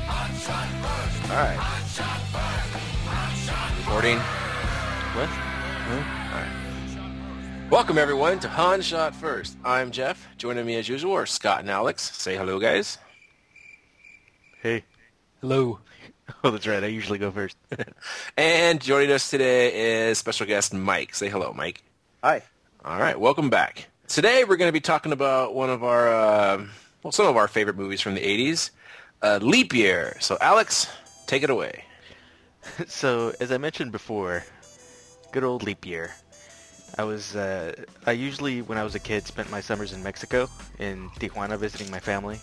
All right. Recording. What? Welcome everyone to Han Shot First. I'm Jeff. Joining me as usual are Scott and Alex. Say hello, guys. Hey. Hello. Oh, that's right. I usually go first. And joining us today is special guest Mike. Say hello, Mike. Hi. All right, welcome back. Today we're going to be talking about one of our, um well, some of our favorite movies from the '80s, uh, Leap Year. So, Alex, take it away. So, as I mentioned before, good old leap year. I was, uh, I usually, when I was a kid, spent my summers in Mexico, in Tijuana, visiting my family.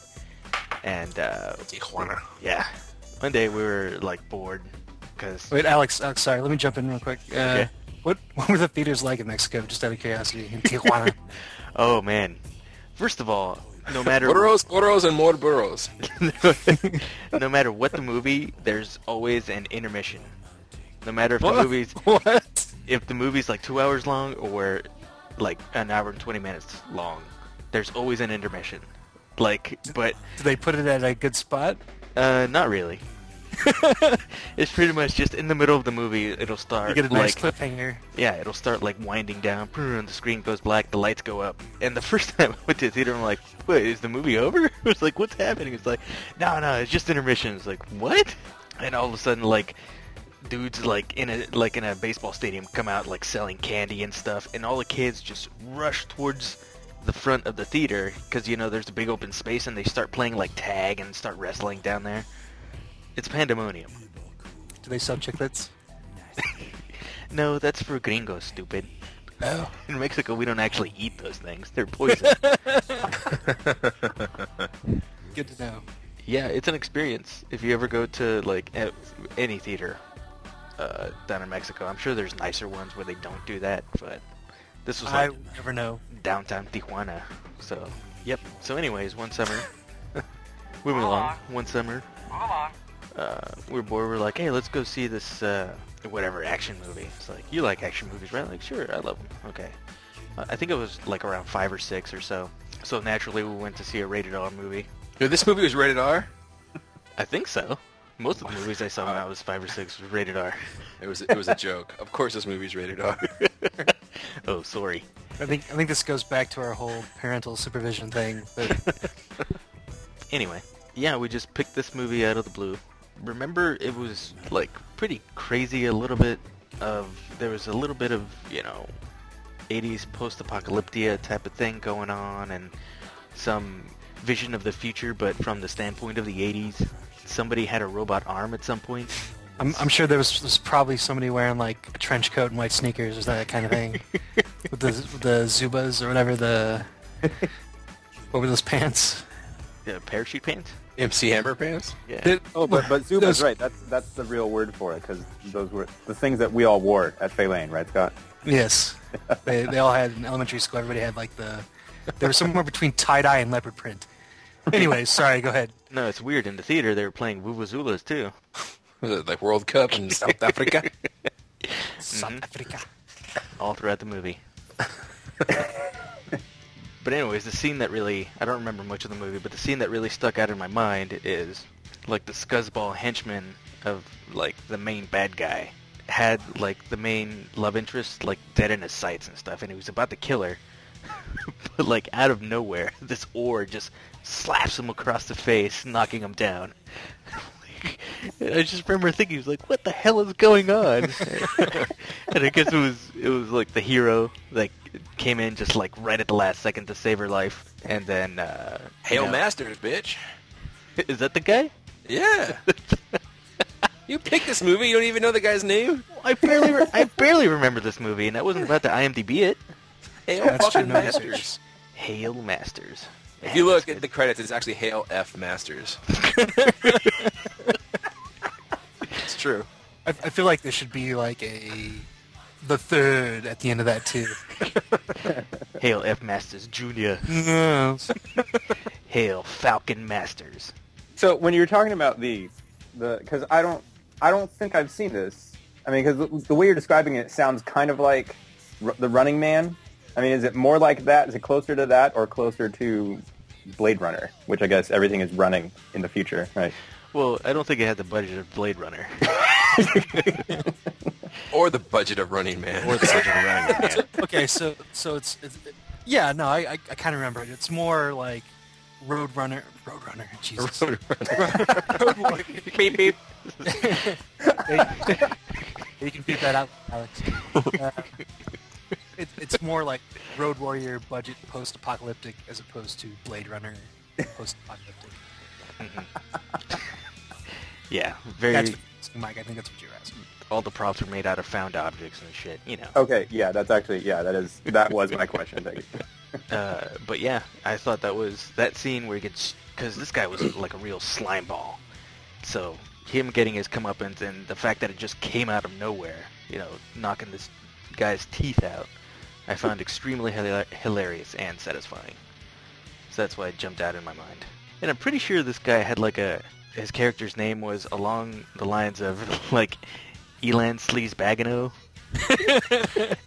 And, uh, Tijuana. yeah. One day we were, like, bored, because Wait, Alex, Alex, sorry, let me jump in real quick. Uh, Okay. What what were the theaters like in Mexico? Just out of curiosity, in Tijuana. Oh man! First of all, no matter Burros, burros, and more burros. no matter what the movie, there's always an intermission. No matter if the What? movie's what? if the movie's like two hours long or like an hour and twenty minutes long, there's always an intermission. Like, but Did they put it at a good spot? uh, not really. it's pretty much just in the middle of the movie. It'll start You get a nice like cliffhanger. yeah, it'll start like winding down, brr, and the screen goes black, the lights go up. And the first time I went to the theater, I'm like, "Wait, is the movie over?" It's like, "What's happening?" It's like, "No, no, it's just intermission." It's like, "What?" And all of a sudden, like, dudes like in a like in a baseball stadium come out like selling candy and stuff, and all the kids just rush towards the front of the theater because you know there's a big open space, and they start playing like tag and start wrestling down there. It's pandemonium. Do they sell chiclets? No, that's for gringos, stupid. Oh. In Mexico, we don't actually eat those things. They're poison. Good to know. yeah, it's an experience. If you ever go to like a- any theater uh, down in Mexico, I'm sure there's nicer ones where they don't do that. But this was I like would never know. downtown Tijuana, so yep. So, anyways, one summer, moving along. One summer, uh, we were bored. We are like, hey, let's go see this uh, whatever action movie. It's like, you like action movies, right? Like, sure, I love them. Okay. Uh, I I think it was like around five or six or so. So naturally, we went to see a rated R movie. Dude, this movie was rated R. I think so. Most of the movies I saw when I was five or six was rated R. It was it was a joke. Of course, this movie's rated R. oh, sorry. I think I think this goes back to our whole parental supervision thing. But Anyway, yeah, we just picked this movie out of the blue. Remember, it was like pretty crazy. A little bit of there was a little bit of you know, 80s post-apocalyptia type of thing going on, and some vision of the future, but from the standpoint of the 80s. Somebody had a robot arm at some point. I'm, I'm sure there was, there's probably somebody wearing like a trench coat and white sneakers or that kind of thing, with the with the zubas or whatever the what were those pants? Uh, parachute pants. MC Hammer pants. Yeah. Oh, but but Zuba's Those- right. That's that's the real word for it because those were the things that we all wore at Fay Lane, right, Scott? Yes, they, they all had in elementary school. Everybody had like the they were somewhere between tie dye and leopard print. Anyways, sorry. Go ahead. No, it's weird. In the theater, they were playing Vuvuzulas too. Was it like World Cup in South Africa? Mm-hmm. South Africa. all throughout the movie. but anyways, the scene that really I don't remember much of the movie, but the scene that really stuck out in my mind is like the scuzzball henchman of like the main bad guy had like the main love interest like dead in his sights and stuff and he was about to kill her but like out of nowhere this oar just slaps him across the face knocking him down and I just remember thinking, I was like, "What the hell is going on?" and I guess it was it was like the hero that came in just like right at the last second to save her life, and then uh, you Hail know- Masters, bitch. Is that the guy? Yeah. you picked this movie. You don't even know the guy's name. I barely re- I barely remember this movie, and I wasn't about to IMDb it. Hail That's true, fucking no Masters. research. Hail Masters. If you look at the credits, it's actually Hale F. Masters. it's true. I, I feel like there should be like a the third at the end of that too. Hail F Masters Jr. Hail Falcon Masters. So when you were talking about the, the because I don't, I don't think I've seen this. I mean, because the way you're describing it sounds kind of like r- the Running Man. I mean, is it more like that? Is it closer to that, or closer to Blade Runner, which I guess everything is running in the future, right? Well, I don't think it had the budget of Blade Runner. Or the budget of Running Man. or the budget of Running Man. okay, so so it's, it's yeah, no, I I, I kind of remember it. It's more like Roadrunner, Roadrunner, Jesus, beep, beep. you can beat that out, Alex. Uh, it, it's more like Road Warrior budget post-apocalyptic as opposed to Blade Runner post-apocalyptic. Yeah, very. That's what, Mike. I think that's what you're asking. all the props were made out of found objects and shit, you know. Okay, yeah, that's actually yeah, that is that was my question. Thank you. Uh, but yeah, I thought that was that scene where he gets because this guy was like a real slime ball. So him getting his comeuppance and the fact that it just came out of nowhere, you know, knocking this guy's teeth out, I found extremely hila- hilarious and satisfying. So that's why it jumped out in my mind. And I'm pretty sure this guy had like a his character's name was along the lines of like Elan Sleaze Bagano.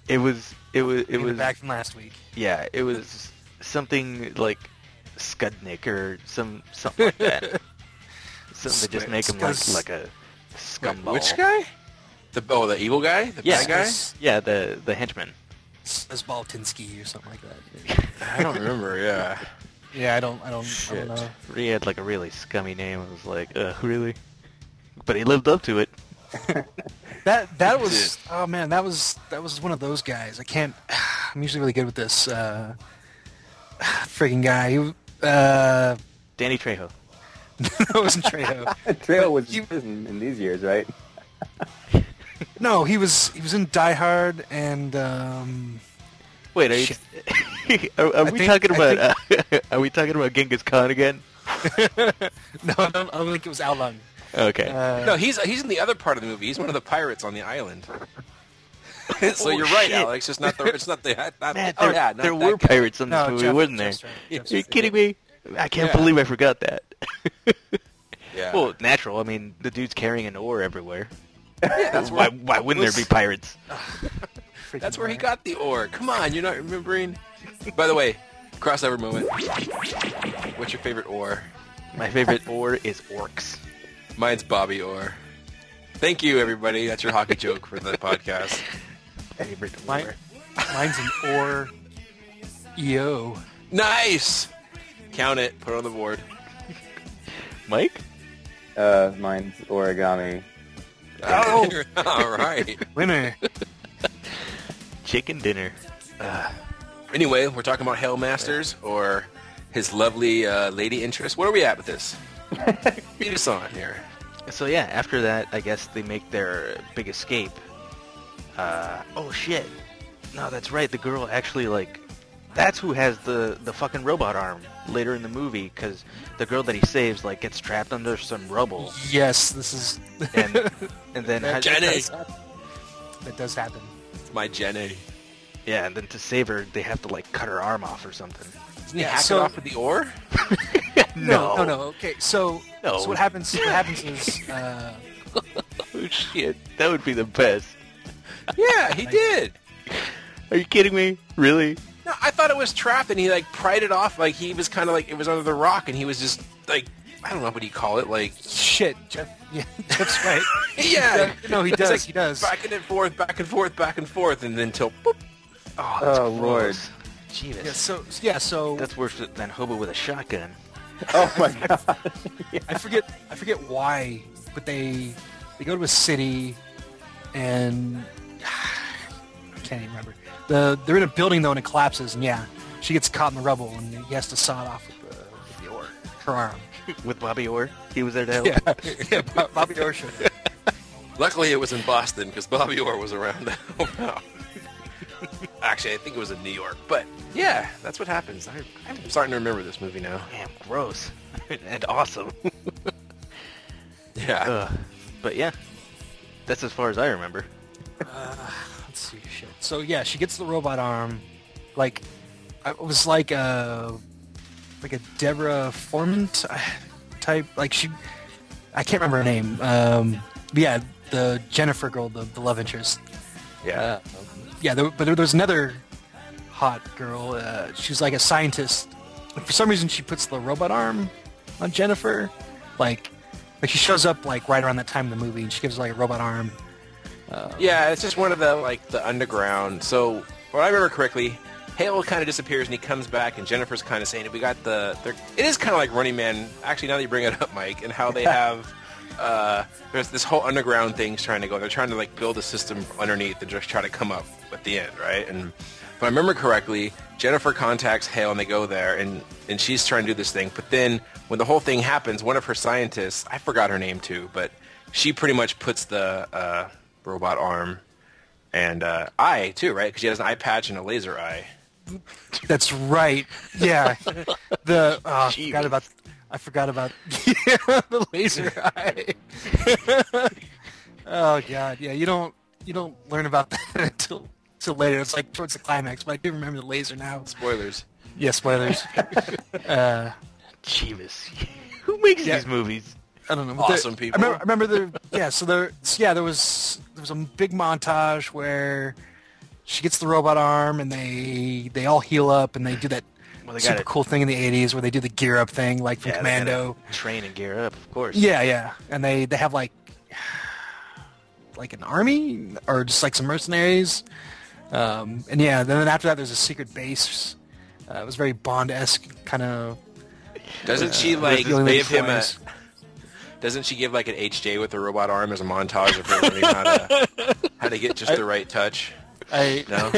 it was it was it It was was back from last week. yeah, it was something like Skudnik or some something like that. something to just make him like Skuz- like a scumball. Which guy? The oh, the evil guy, the Yeah, bad guy. Skuz- Yeah, the the henchman. as Baltinsky or something like that. I don't remember. Yeah. Yeah, I don't, I don't, I Shit, don't know. he had like a really scummy name. I was like, uh, really? But he lived up to it. That that was oh man, that was that was one of those guys. I can't. I'm usually really good with this uh, frigging guy. He, uh, Danny Trejo. that wasn't Trejo. Trail was You- in prison in these years, right? No, he was he was in Die Hard and um, Wait, are, you, are, are I we think- talking I about uh, are we talking about Genghis Khan again? no, I don't, I don't think it was Outland. Okay. Uh, No, he's he's in the other part of the movie. He's one of the pirates on the island. so Oh, you're right, shit. Alex. It's not the it's not the not, Man, oh, there, yeah, not there that were guy. pirates in this No, movie, Jeff- weren't there? Jeff's right, Jeff's You're right. kidding me? I can't Yeah. believe I forgot that. Yeah. Well, natural. I mean, the dude's carrying an oar everywhere. that's Why, where, why wouldn't there be pirates? Freaking that's where he guy. got the ore. Come on, you're not remembering. By the way, crossover moment. What's your favorite ore? My favorite oar is orcs. Mine's Bobby Orr. Thank you, everybody. That's your hockey joke for the podcast. Favorite Mine, oar. mine's an or EO. Nice. Count it. Put it on the board. Mike? Uh, mine's origami. Oh, all right. Winner. Chicken dinner. Anyway, we're talking about Hell Masters or his lovely uh, lady interest. Where are we at with this? Beat us on here. So yeah, after that, I guess they make their big escape. Uh, oh shit! No, that's right. The girl actually like, that's who has the the fucking robot arm later in the movie because the girl that he saves like gets trapped under some rubble yes, this is and and then Jenny. that does happen. It's my Jenny. yeah, and then to save her they have to like cut her arm off or something. Doesn't he Yeah, hack so- it off with the ore? no, no, no. Okay, so, No. so what happens? What happens is, uh, Oh shit, that would be the best. Yeah, he did. Are you kidding me? Really? No, I thought it was trapped, and he like pried it off. Like he was kind of like it was under the rock, and he was just like I don't know what do you call it. Like shit, Jeff. Yeah, Jeff's right. yeah, No, he It's does, like he does. Back and forth, back and forth, back and forth, and then till boop. Oh, Oh, Lord. gross. Jeebus. Yeah. So yeah. So That's worse than hobo with a shotgun. Oh my god! I forget. I forget why, but they they go to a city, and I can't even remember. The they're in a building though, and it collapses, and yeah, she gets caught in the rubble, and he has to saw it off with the, with the oar, her arm. With Bobby Orr. He was there to help. Yeah, yeah. Bob- Bobby Orsha. Luckily, it was in Boston because Bobby Orr was around. Oh, wow. Actually, I think it was in New York. But yeah, that's what happens. I, I'm starting to remember this movie now. Damn, gross and awesome. Yeah. Ugh. But yeah, that's as far as I remember. Let's see. Shit. So yeah, she gets the robot arm. Like, I- it was like a like a Deborah Foreman t- uh, type. Like she, I can't remember her name. Um, but yeah, the Jennifer girl, the, the love interest. yeah. Uh, yeah, there, but there, there was another hot girl. Uh, she was like a scientist. For some reason, she puts the robot arm on Jennifer. Like, like she shows up like right around that time in the movie, and she gives her, like a robot arm. Yeah, it's just one of the like the underground. So, what I remember correctly, Halo kind of disappears and he comes back, and Jennifer's kind of saying, "We got the." they're- It is kind of like Running Man. Actually, now that you bring it up, Mike, and how they have uh, there's this whole underground thing's trying to go. They're trying to like build a system underneath and just try to come up at the end, right? And if I remember correctly, Jennifer contacts Hale and they go there, and and she's trying to do this thing. But then when the whole thing happens, one of her scientists, I forgot her name too, but she pretty much puts the uh, robot arm and uh, eye too, right? Because she has an eye patch and a laser eye. That's right. Yeah. the oh, I forgot about I forgot about the laser eye. oh god, yeah. You don't you don't learn about that until until later. It's like towards the climax, but I do remember the laser now. Spoilers. Yeah, spoilers. Jeebus. Who makes Yeah. these movies? I don't know. but there- Awesome I people. remember, I remember the yeah. So there, so yeah, there was there was a big montage where she gets the robot arm, and they they all heal up, and they do that Well, they got super it. cool thing in the '80s where they do the gear up thing, like from Yeah, they had Commando. to Train and gear up, of course. Yeah, yeah, and they they have like like an army or just like some mercenaries, um, and yeah. Then after that, there's a secret base. Uh, it was very Bond-esque kind of. Doesn't she like feeling give him a? flies. Doesn't she give like an HJ with a robot arm as a montage of her learning how to how to get just the right touch? I, No.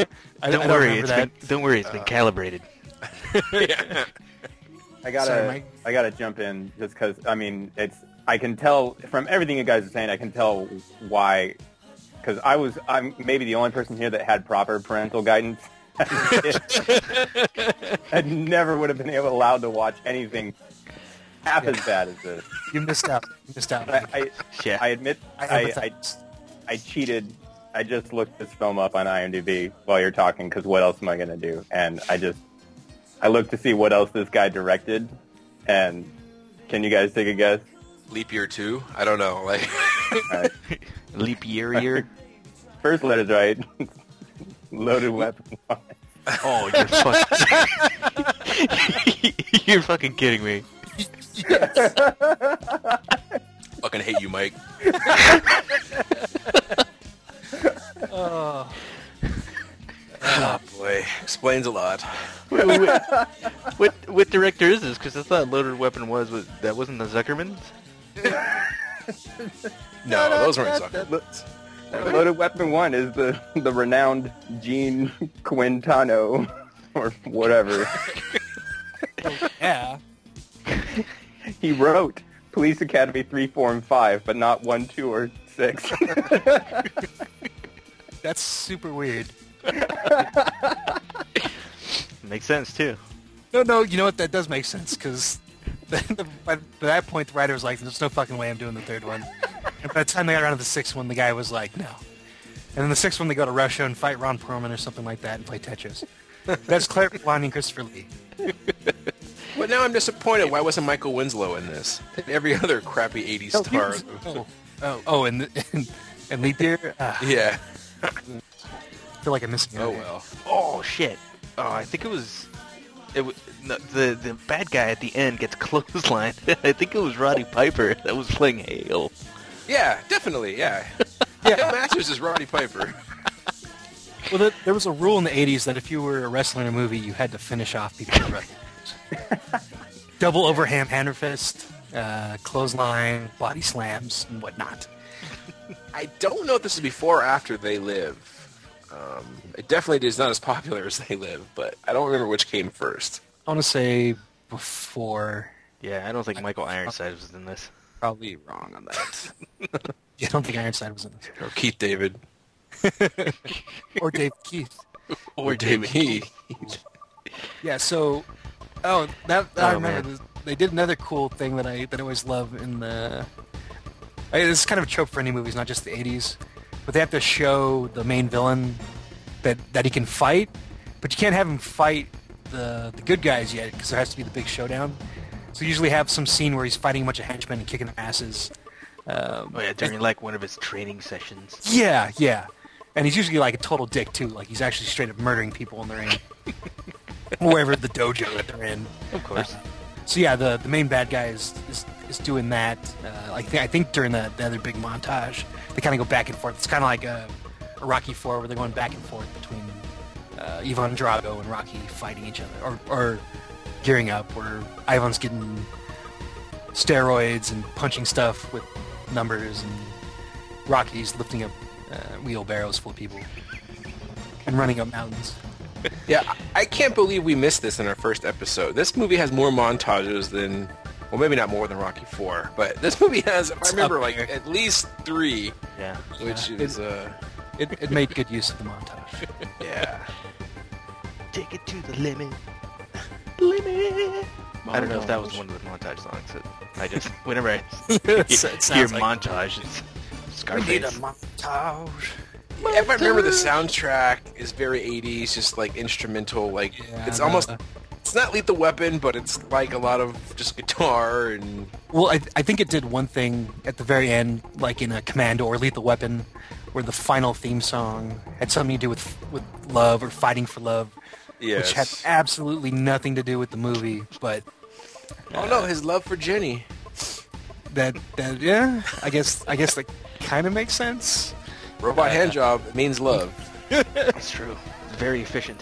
I Don't I worry, remember it's that. Uh. been, don't worry, it's been calibrated. I gotta, Sorry, Mike. I gotta jump in just because I mean it's. I can tell from everything you guys are saying. I can tell why, because I was. I'm maybe the only person here that had proper parental guidance. I never would have been able allowed to watch anything half as bad as this. You missed out. You missed out. But I, Yeah. I admit, I I, I, empathize. I cheated. I just looked this film up on IMDb while you're talking because what else am I going to do? And I just I looked to see what else this guy directed. And can you guys take a guess? Leap year two? I don't know. Like All right. Leap year year. First letter's right. Loaded weapon. Oh, you're fucking. you're fucking kidding me. fucking hate you, Mike. oh boy, explains a lot. What what director is this? Because I thought Loaded Weapon was, was that wasn't the Zuckermans. No, those weren't Zucker. Loaded weapon one is the the renowned Gene Quintano or whatever. yeah. He wrote Police Academy three, four, and five, but not one, two, or six. That's super weird. Makes sense too. No, no, you know what? That does make sense because by, by that point, the writer was like, "There's no fucking way I'm doing the third one." And by the time they got around to the sixth one, the guy was like, "No." And then the sixth one, they go to Russia and fight Ron Perlman or something like that and play Tetris. That's Claire Blondie and Christopher Lee. But now I'm disappointed. Why wasn't Michael Winslow in this? Every other crappy '80s star. Oh, oh, oh and, and and Leap Year. Uh, Yeah. I feel like I'm missing. out Oh here. well. Oh shit. Oh, I think it was. It was no, the the bad guy at the end gets clotheslined. I think it was Roddy Piper that was playing Hale. Yeah, definitely. Yeah. yeah. Masters is Roddy Piper. Well, there, there was a rule in the '80s that if you were a wrestler in a movie, you had to finish off people. in wrestling. Double overhand hammer fist, uh, clothesline, body slams, and whatnot. I don't know if this is before or after They Live. Um, it definitely is not as popular as They Live, but I don't remember which came first. I want to say before. Yeah, I don't think Michael Ironside was in this. Probably wrong on that. yeah, I don't think Ironside was in this. Or Keith David. Or Dave Keith. or David Heath. Yeah, so oh, that, that I Oh, remember. man. This- They did another cool thing that I that I always love in the. I, this is kind of a trope for any movies, not just the '80s, but they have to show the main villain that that he can fight, but you can't have him fight the the good guys yet because there has to be the big showdown. So you usually have some scene where he's fighting a bunch of henchmen and kicking their asses. Um, Oh yeah, during like one of his training sessions. Yeah, yeah, and he's usually like a total dick too. Like he's actually straight up murdering people in the ring, wherever the dojo that they're in. Of course. So yeah, the, the main bad guy is is, is doing that. Uh, I, think I think during the, the other big montage, they kind of go back and forth. It's kind of like a, a Rocky Four, where they're going back and forth between uh, Ivan Drago and Rocky fighting each other, or, or gearing up, where Ivan's getting steroids and punching stuff with numbers, and Rocky's lifting up uh, wheelbarrows full of people and running up mountains. Yeah, I can't believe we missed this in our first episode. This movie has more montages than, well, maybe not more than Rocky Four, but this movie has, if I It's remember, up like there. at least three, Yeah. which Yeah. is, uh, It, it made good use of the montage. yeah. Take it to the limit. Limit. I don't know if that was one of the montage songs. That I just whenever I It's- hear it sounds like- montage, it's Scarface. montage. Yeah, but I remember the soundtrack is very 80s, just like instrumental. Like Yeah, it's I know. almost, it's not Lethal Weapon, but it's like a lot of just guitar and Well, I, I think it did one thing at the very end, like in a Commando or Lethal Weapon, where the final theme song had something to do with with love or fighting for love, which had Yes. absolutely nothing to do with the movie. But oh no, his love for Jenny. that that yeah, I guess I guess that kind of makes sense. Robot hand handjob means love. That's true. Very efficient.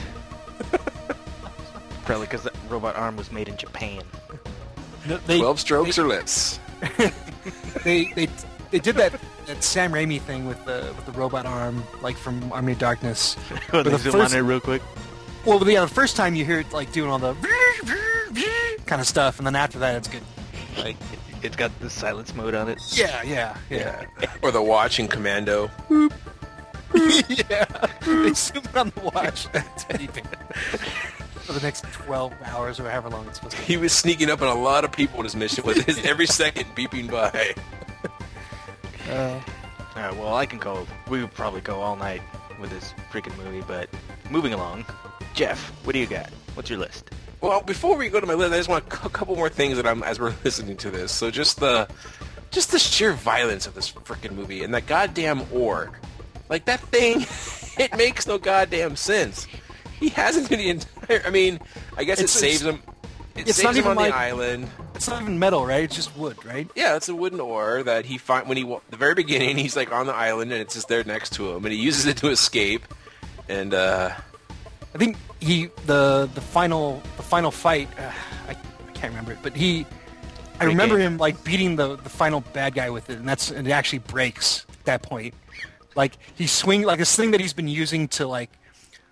Probably because that robot arm was made in Japan. No, They, Twelve strokes or less. they they they did that that Sam Raimi thing with the with the robot arm, like from Army of Darkness. But the first- real quick. Well, yeah, the first time you hear it, like doing all the kind of stuff, and then after that, it's good. Like it, it's got the silence mode on it. Yeah, yeah, yeah. Or the watch in Commando. yeah. they zoom in on the watch. That's anything. For the next 12 hours or however long it's supposed to be. He was sneaking up on a lot of people in his mission with his every second beeping by. All right, well, I can go. We would probably go all night with this freaking movie, but moving along. Jeff, what do you got? What's your list? Well, before we go to my list, I just want a cou- couple more things that I'm as we're listening to this. So just the just the sheer violence of this freaking movie and that goddamn org. Like that thing, it makes no goddamn sense. He hasn't in the entire. I mean, I guess It's- it it's- saves him. It it's saves not him even on like- the island. It's not even metal, right? It's just wood, right? Yeah, it's a wooden oar that he find when he wa- the very beginning. He's like on the island and it's just there next to him, and he uses it to escape. And uh, I think he the the final the final fight. Uh, I, I can't remember it, but he. I Great remember game. him like beating the the final bad guy with it, and that's and it actually breaks at that point. Like he swing like this thing that he's been using to like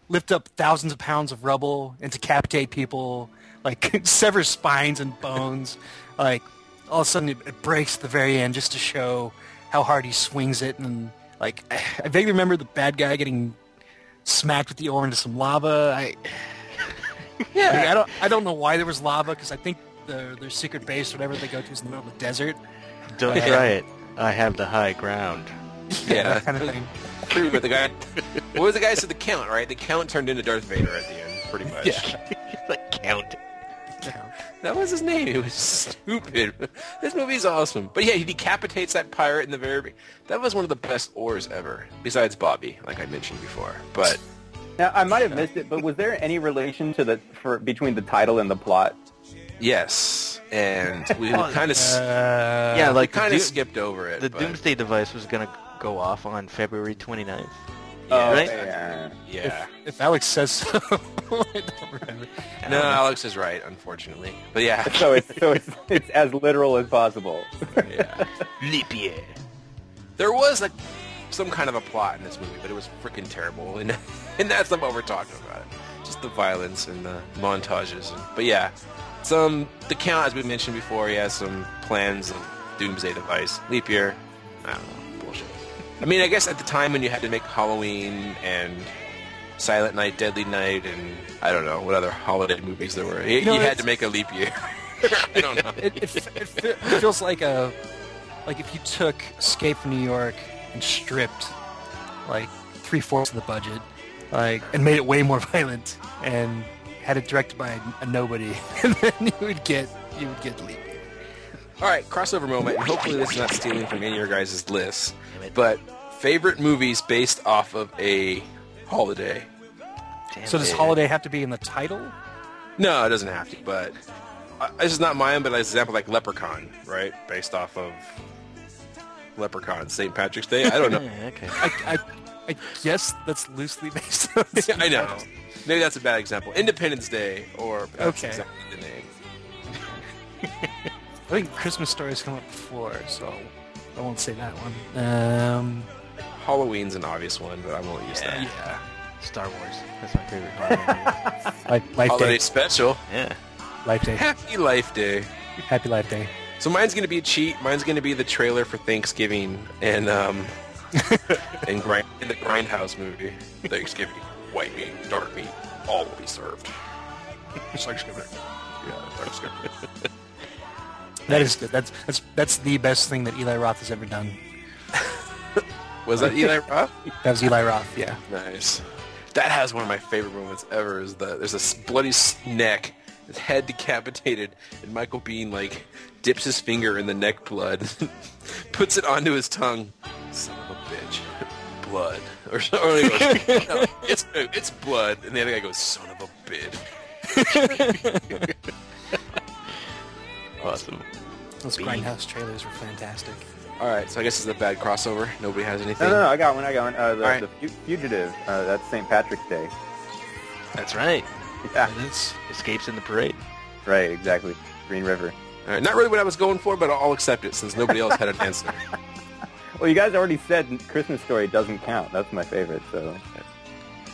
lift up thousands of pounds of rubble and decapitate people, like sever spines and bones. like all of a sudden it, it breaks at the very end just to show how hard he swings it, and like I vaguely remember the bad guy getting smacked with the oar into some lava. I yeah, I don't I don't know why there was lava because I think the, their secret base, whatever they go to, is in the middle of the desert. Don't try it. I have the high ground. yeah, that kind of thing. True, but the guy, what was the guy said? The count, right? The count turned into Darth Vader at the end, pretty much. Yeah. like count. Yeah. That was his name. It was stupid. This movie's awesome. But yeah, he decapitates that pirate in the very. That was one of the best oars ever, besides Bobby, like I mentioned before. But Now I might have missed it, but was there any relation to the for between the title and the plot? yes, and we kind of Uh, yeah, like like the, kind of doom- skipped over it. the but Doomsday device was gonna go off on February 29th. Oh, right? yeah. Yeah. If Alex says so, I don't remember. No, Alex is right, unfortunately. But yeah, So it's so it's, it's as literal as possible. yeah. Leap year. There was like some kind of a plot in this movie, but it was freaking terrible, and and that's not what we're talking about. Just the violence and the montages, and, but yeah, some the count as we mentioned before. He has some plans of doomsday device, leap year. I don't know, bullshit. I mean, I guess at the time when you had to make Halloween and Silent Night, Deadly Night, and I don't know what other holiday movies there were. You, know, you had it's- to make a leap year. I don't know. It, it, f- it, fe- it feels like a like if you took Escape from New York and stripped like three fourths of the budget, like and made it way more violent and had it directed by a nobody, and then you would get you would get leap. year. All right, crossover moment. and Hopefully, this is not stealing from any of your guys' lists. But favorite movies based off of a holiday. Damn So does it. holiday have to be in the title? No, it doesn't have to. But uh, this is not mine. But as an example, like Leprechaun, right? Based off of Leprechaun, St. Patrick's Day. I don't know. Yeah, okay. I, I, I guess that's loosely based on. the I know. Maybe that's a bad example. Independence Day, or that's Okay. exactly the name. I think Christmas stories come up before, so I won't say that one. Um, Halloween's an obvious one, but I won't use that. yeah, Star Wars. That's my favorite holiday. movie. life, life Holiday day, special. yeah. life day, Happy Life Day. happy life day. So mine's gonna be a cheat. Mine's gonna be the trailer for Thanksgiving and um and grind in the Grindhouse movie. Thanksgiving, white meat, dark meat, all will be served. It's Thanksgiving. Yeah, Thanksgiving. That is good. That's that's that's the best thing that Eli Roth has ever done. Was that Eli Roth? That was Eli Roth. Yeah. Nice. That has one of my favorite moments ever. Is the there's this bloody neck, his head decapitated, and Michael Bean like dips his finger in the neck blood, puts it onto his tongue. Son of a bitch, blood or something. Or he goes, "No, it's it's blood, and the other guy goes, son of a bitch. Awesome. Those Grindhouse trailers were fantastic. All right, so I guess it's a bad crossover. Nobody has anything. No, no, no. I got one. I got one. Uh, the, Alright. the Fu- fugitive. Uh, that's St. Patrick's Day. That's right. Yeah. It is. Escapes in the parade. Right. Exactly. Green River. All right, not really what I was going for, but I'll accept it since nobody else had an answer. Well, you guys already said Christmas Story doesn't count. That's my favorite. So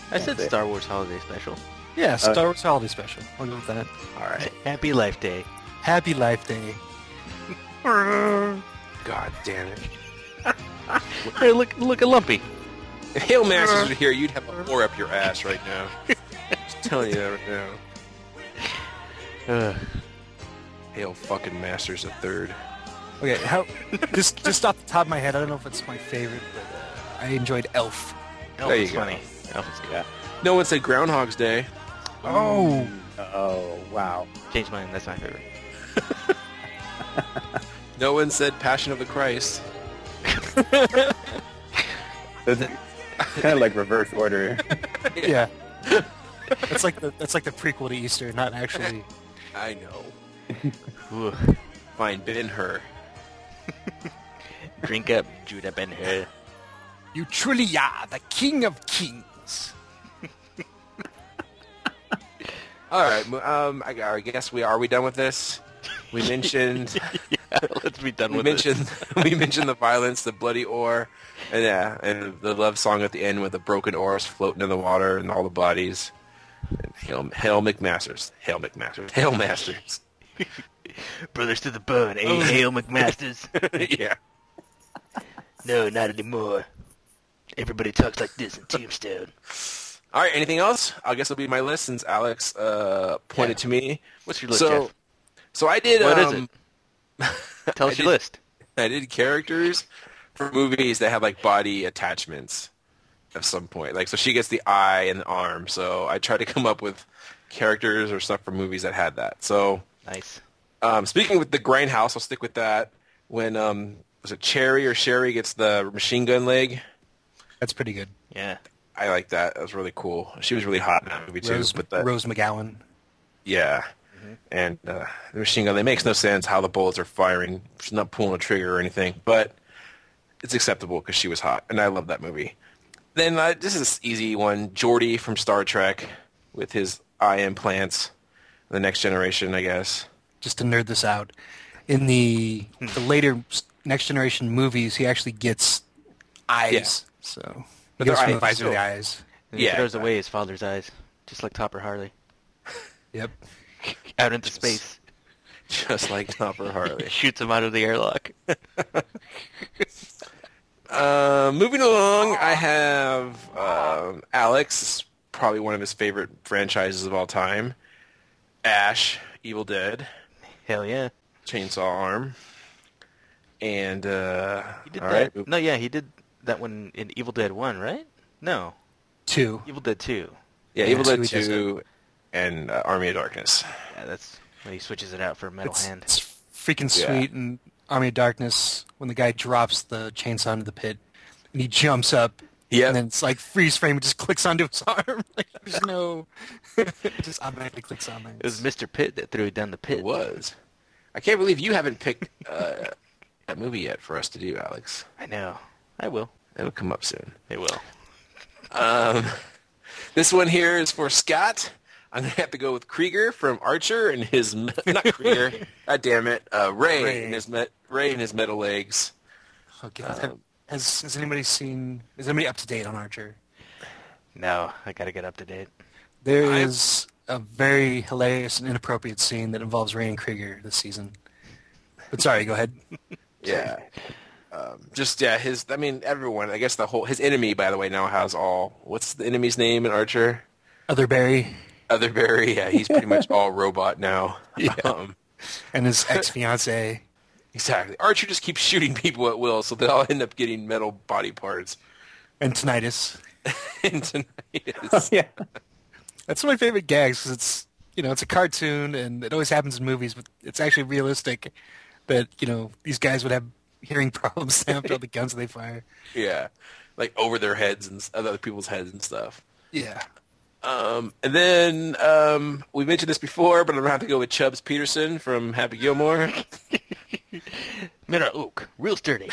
I said That's it. Star Wars Holiday Special. Yeah, Star Wars Holiday Special. I'll go with that. All right. Happy Life Day. Happy Life Day. God damn it! Hey, look, look at Lumpy. If Hail Masters were here, you'd have a four up your ass right now. Just telling you that right now. Ugh. Hail fucking Masters a third. Okay, how? just just off the top of my head, I don't know if it's my favorite, but uh, I enjoyed Elf. Elf There you was go. funny. Elf was good. No one said Groundhog's Day. Oh, Oh wow. Change mine. That's my favorite. No one said Passion of the Christ. That's kind of like reverse order. yeah. that's like the that's like the prequel to Easter, not actually. I know. Ugh. Fine, Ben Hur. Drink up, Judah Ben Hur. You truly are the king of kings. All right. mo- Um, I, I guess we are we done with this. We mentioned Let's be done we with mentioned we mentioned the violence, the bloody oar, and yeah, and the love song at the end with the broken oars floating in the water and all the bodies. And Hail, Hail McMasters. Hail McMasters. Hail Masters. it. Brothers to the bone. eh? hail McMasters. yeah. no, not anymore. Everybody talks like this in Tombstone. All right. Anything else? I guess it'll be my list since Alex uh, pointed to me. What's your list, so, Jeff? so I did. What is um, it? Tell us your did- list. I did characters for movies that have like body attachments at some point. Like so, she gets the eye and the arm. So I tried to come up with characters or stuff for movies that had that. So Nice. um, speaking with the grindhouse, I'll stick with that. When um, was it Cherry or Sherry gets the machine gun leg? That's pretty good. Yeah. I like that. That was really cool. She was really hot in that movie too. Rose, but that, Rose McGowan. Yeah. And uh, the machine gun, it makes no sense how the bullets are firing. She's not pulling a trigger or anything, but it's acceptable because she was hot, and I love that movie. Then uh, this is an easy one, Geordi from Star Trek with his eye implants, the next generation, I guess. just to nerd this out, in the Hmm. the later s- Next Generation movies, he actually gets eyes. Yeah. So But but they're goes from eyes the visor to still. the eyes. And he Yeah, throws away his father's eyes, just like Topper Harley. Yep. Out into space. Just like Topper Harley. Shoots him out of the airlock. Uh, moving along, I have um, Alex probably one of his favorite franchises of all time. Ash, Evil Dead, Hell yeah. Chainsaw Arm, and uh, He did all that. right, No, yeah, he did that one in Evil Dead 1, right? No. Two. Evil Dead 2. yeah, Yeah, Evil Dead Sweet Death. Two, and uh, Army of Darkness. Yeah, that's when he switches it out for a metal It's, hand. it's freaking Yeah. sweet in Army of Darkness when the guy drops the chainsaw into the pit and he jumps up. Yep. And then it's like freeze frame and just clicks onto his arm. like there's no it just automatically clicks on there. It was Mr. Pitt that threw it down the pit. It was. I can't believe you haven't picked uh, that movie yet for us to do, Alex. I know. I will. It'll come up soon. It will. This one here is for Scott. I'm gonna have to go with Krieger from Archer and his not Krieger. God damn it, uh, Ray, Ray. and his met, Ray and his metal legs. Oh god. Have- has has anybody seen is anybody up to date on Archer? No, I gotta get up to date. There is a very hilarious and inappropriate scene that involves Ray and Krieger this season. But sorry, go ahead. Yeah, um, just yeah. His I mean everyone. I guess the whole his enemy. By the way, now has all. What's the enemy's name in Archer? Other Barry Otherberry. Yeah, he's pretty much all robot now. Um, and his ex fiance. exactly. Archer just keeps shooting people at will, so they all end up getting metal body parts. and tinnitus. and tinnitus. yeah. That's one of my favorite gags because it's you know it's a cartoon and it always happens in movies, but it's actually realistic that you know these guys would have hearing problems after all the guns they fire. Yeah, like over their heads and s- other people's heads and stuff. Yeah, Um, and then um, we mentioned this before, but I'm gonna have to go with Chubbs Peterson from Happy Gilmore. Men are oak. Real sturdy.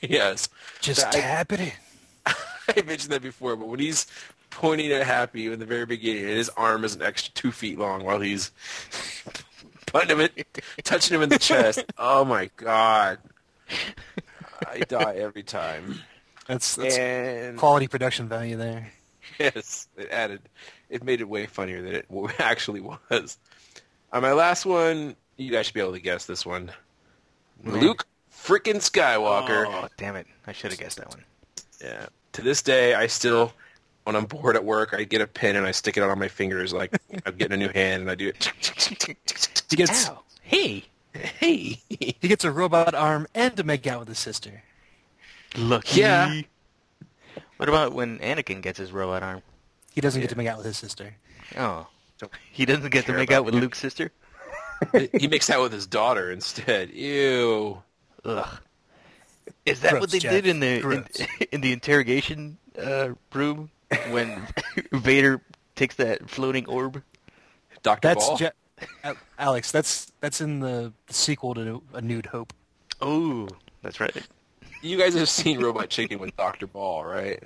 yes, just I- tap it in. I mentioned that before, but when he's pointing at Happy in the very beginning, and his arm is an extra two feet long while he's putting him in, touching him in the chest. Oh my god, I die every time. That's, that's And quality production value there. yes, it added, it made it way funnier than it w- actually was. Uh, my last one, you guys should be able to guess this one. Luke frickin' Skywalker. Oh, damn it. I should have guessed that one. Yeah. To this day, I still, when I'm bored at work, I get a pin and I stick it on my fingers like I'm getting a new hand, and I do it. He gets Hey! hey. he gets a robot arm and to make out with his sister. Lucky. Yeah. What about when Anakin gets his robot arm? He doesn't get to make out with his sister. Oh. He doesn't get to care make about out with Luke's sister? he makes out with his daughter instead. Ew. Ugh. Is that Gross, what they Jeff. did in the in, Gross. in the interrogation uh, room when Vader takes that floating orb? Dr. That's Ball. Je- Al- Alex. That's that's in the sequel to A Nude Hope. Oh, that's right. you guys have seen Robot Chicken with Dr. Ball, right?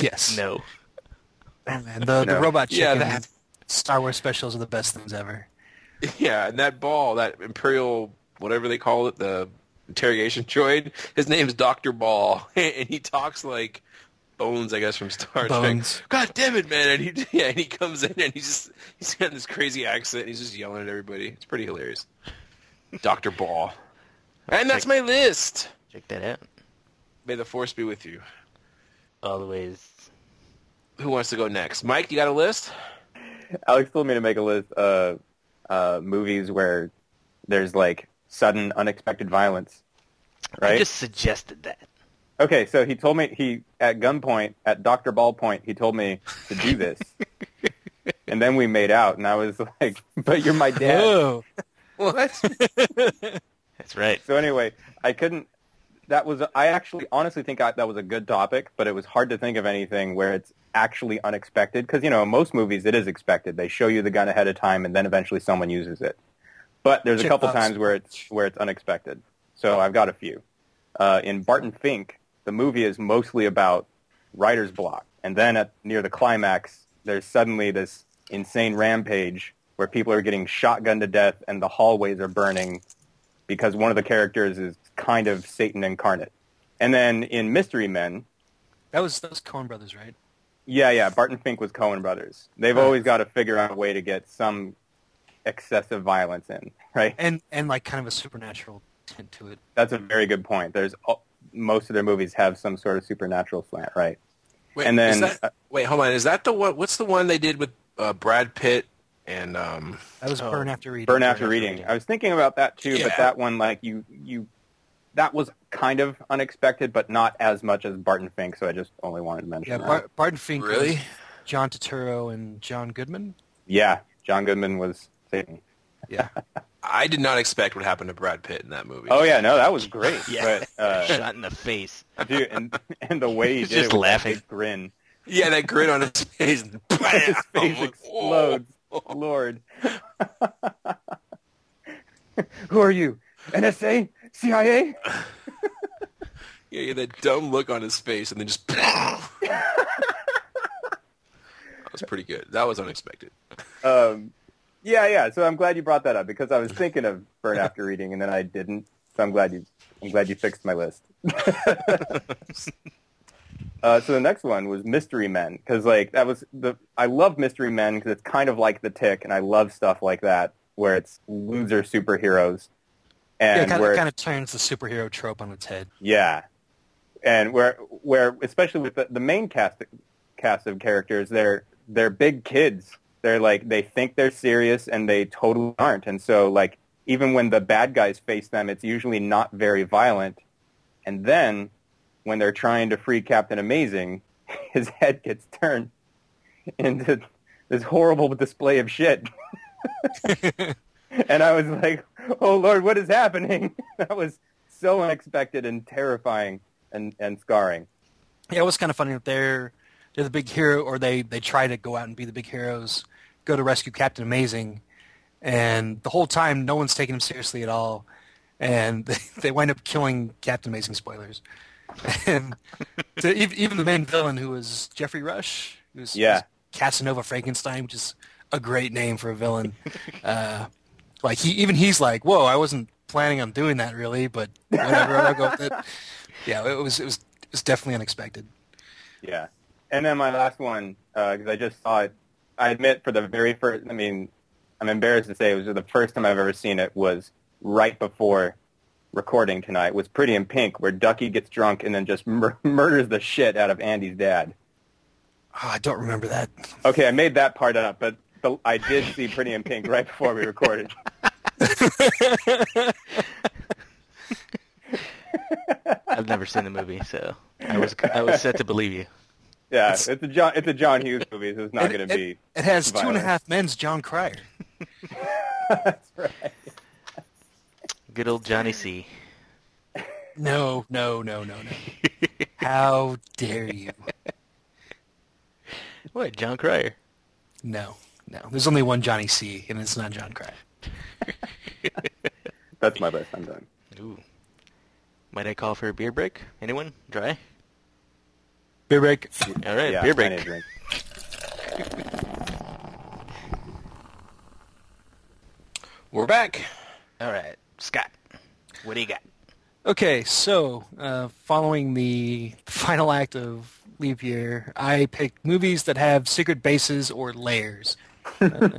Yes. No. Oh, man, the, the No. robot Yeah, chicken that- Star Wars specials are the best things ever. Yeah, and that ball, that Imperial, whatever they call it, the interrogation droid, his name's Dr. Ball, and he talks like Bones, I guess, from Star Bones. Trek. God damn it, man! And he, yeah, and he comes in and he's just, he's got this crazy accent, and he's just yelling at everybody. It's pretty hilarious. Dr. Ball. And that's my list! Check that out. May the force be with you. Always. Who wants to go next? Mike, you got a list? Alex told me to make a list of uh, movies where there's like sudden, unexpected violence. Right. I just suggested that. Okay, so he told me he at gunpoint at Doctor Ball point he told me to do this, and then we made out, and I was like, "But you're my dad." Oh, What? That's right. So anyway, I couldn't. That was I actually honestly think I, that was a good topic, but it was hard to think of anything where it's actually unexpected because you know in most movies it is expected. They show you the gun ahead of time, and then eventually someone uses it. But there's a Check couple box. times where it's where it's unexpected. So I've got a few. Uh, in Barton Fink, the movie is mostly about writer's block, and then at near the climax, there's suddenly this insane rampage where people are getting shotgunned to death, and the hallways are burning because one of the characters is kind of Satan incarnate. And then in Mystery Men, that was that was Coen Brothers, right? yeah, yeah, Barton Fink was Cohen Brothers. They've always got to figure out a way to get some excessive violence in, right? And and like kind of a supernatural tint to it, That's a very good point. There's most of their movies have some sort of supernatural slant, right? Wait, and is then that- wait, hold on. Is that the one? What's the one they did with uh, Brad Pitt and um? That was burn after reading. Oh, burn after reading. I was thinking about that too, Yeah. but that one, like you, you, that was kind of unexpected, but not as much as Barton Fink. So I just only wanted to mention Yeah, that. Bar- Barton Fink. was Really? John Turturro and John Goodman. yeah, John Goodman was Satan. Yeah. I did not expect what happened to Brad Pitt in that movie. Oh yeah, no, that was great. Yeah. But Shot in the face. uh, dude, and and the way he He's did just it, with that laughing. big grin, yeah, that grin on his face. his face Oh, Whoa. explodes. Lord, who are you? NSA, CIA? Yeah, yeah, that dumb look on his face, and then just. that was pretty good. That was unexpected. um, yeah, yeah. So I'm glad you brought that up because I was thinking of burn after reading and then I didn't. So I'm glad you. I'm glad you fixed my list. uh, so the next one was Mystery Men because like that was the I love Mystery Men because it's kind of like The Tick and I love stuff like that where it's loser superheroes and yeah, kind where of, it's- kind of turns the superhero trope on its head. yeah, and where where especially with the, the main cast cast of characters, they're they're big kids. They're like they think they're serious and they totally aren't. And so like even when the bad guys face them, it's usually not very violent. And then when they're trying to free Captain Amazing, his head gets turned into this horrible display of shit. and I was like, "Oh Lord, what is happening?" That was so unexpected and terrifying and, and scarring. Yeah, it was kind of funny that they're they're the big hero, or they they try to go out and be the big heroes, go to rescue Captain Amazing, and the whole time no one's taking him seriously at all, and they, they wind up killing Captain Amazing. Spoilers, and so ev- even the main villain who was Jeffrey Rush, who's Yeah. Casanova Frankenstein, which is a great name for a villain. uh, like he even he's like, whoa, I wasn't planning on doing that really, but whatever, I'll go with it. Yeah, it was it was it was definitely unexpected. Yeah. And then my last one, because I just saw it. I admit, for the very first, I mean, I'm embarrassed to say it was the first time I've ever seen it was right before recording tonight was Pretty in Pink, where Ducky gets drunk and then just mur- murders the shit out of Andy's dad. Oh, I don't remember that. Okay, I made that part up, but the, I did see Pretty in Pink right before we recorded. I've never seen the movie, so I was I was set to believe you. Yeah, it's, a John, it's a John Hughes movie, so it's not going to be. It, it has two and a violent. half men's John Cryer. That's right. Good old Johnny C. No, no, no, no, no. How dare you? What John Cryer? No, no. There's only one Johnny C, and it's not John Cryer. That's my best. I'm done. Ooh. Might I call for a beer break? Anyone? Dry? Beer break. All right, yeah, beer I need a break. drink. We're back. All right, Scott. What do you got? Okay, so uh, following the final act of leap year, I picked movies that have secret bases or layers. Uh,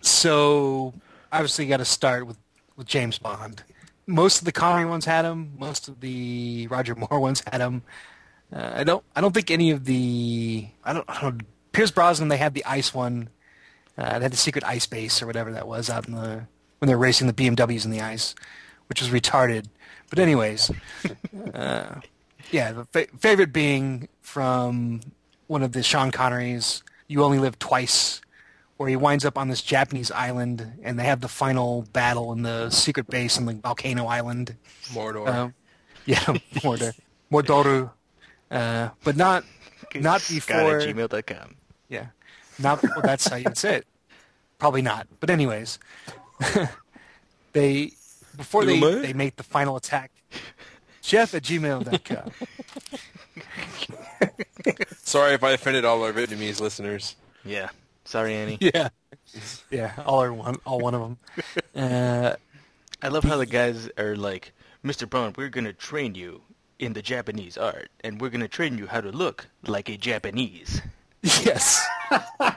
so obviously, you got to start with with James Bond. Most of the Connery ones had them. Most of the Roger Moore ones had them. Uh, I don't. I don't think any of the. I don't. I don't Pierce Brosnan. They had the ice one. Uh, they had the secret ice base or whatever that was out in the when they were racing the BMWs in the ice, which was retarded. But anyways, uh, yeah, the fa- favorite being from one of the Sean Connerys. You only live twice, where he winds up on this Japanese island, and they have the final battle in the secret base in the volcano island. Mordor. Um, yeah, Mordor, Mordoru, uh, but not not before. Scott at gmail.com. Yeah. Not well, that's how you'd say it. Probably not. But anyways, they before they, Uma? they make the final attack. Jeff at gmail.com. Sorry if I offended all our Vietnamese listeners. Yeah. Sorry, Annie. yeah. Yeah. All are one. All one of them. Uh, I love how the guys are like, Mr. Bond, we're going to train you in the Japanese art, and we're going to train you how to look like a Japanese. yes.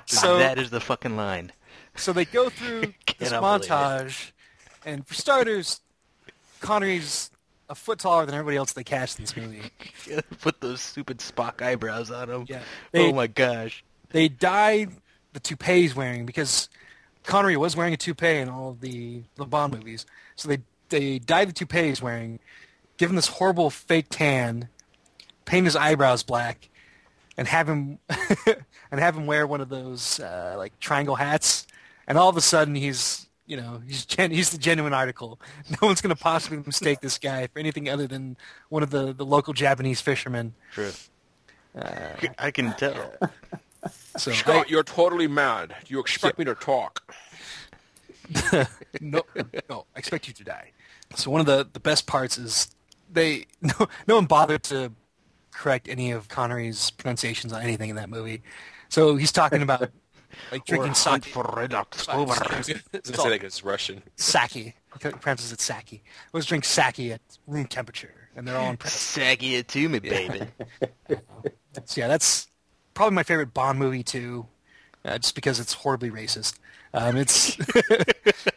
so that is the fucking line. so they go through this Cannot believe it. montage, and for starters, Connery's a foot taller than everybody else they cast in this movie. Put those stupid Spock eyebrows on him. Yeah. oh my gosh. They dyed the toupee he's wearing because Connery was wearing a toupee in all of the, the Bond movies. So they they dyed the toupee he's wearing, give him this horrible fake tan, paint his eyebrows black, and have him and have him wear one of those uh, like triangle hats. And all of a sudden he's you know he's gen- he's the genuine article. No one's going to possibly mistake this guy for anything other than one of the, the local Japanese fishermen. True. I can tell. So Scott, you're totally mad. Do you expect me to talk? no, no, I expect you to die. So one of the, the best parts is they no no one bothered to correct any of Connery's pronunciations on anything in that movie. So he's talking about like drinking sake. Red Doesn't say like it's Russian. sake. Pronounces it sake. Let's drink sake at room temperature, and they're all impressed. Saggy it to me, baby. So yeah, that's probably my favorite Bond movie too, uh, just because it's horribly racist. Um, it's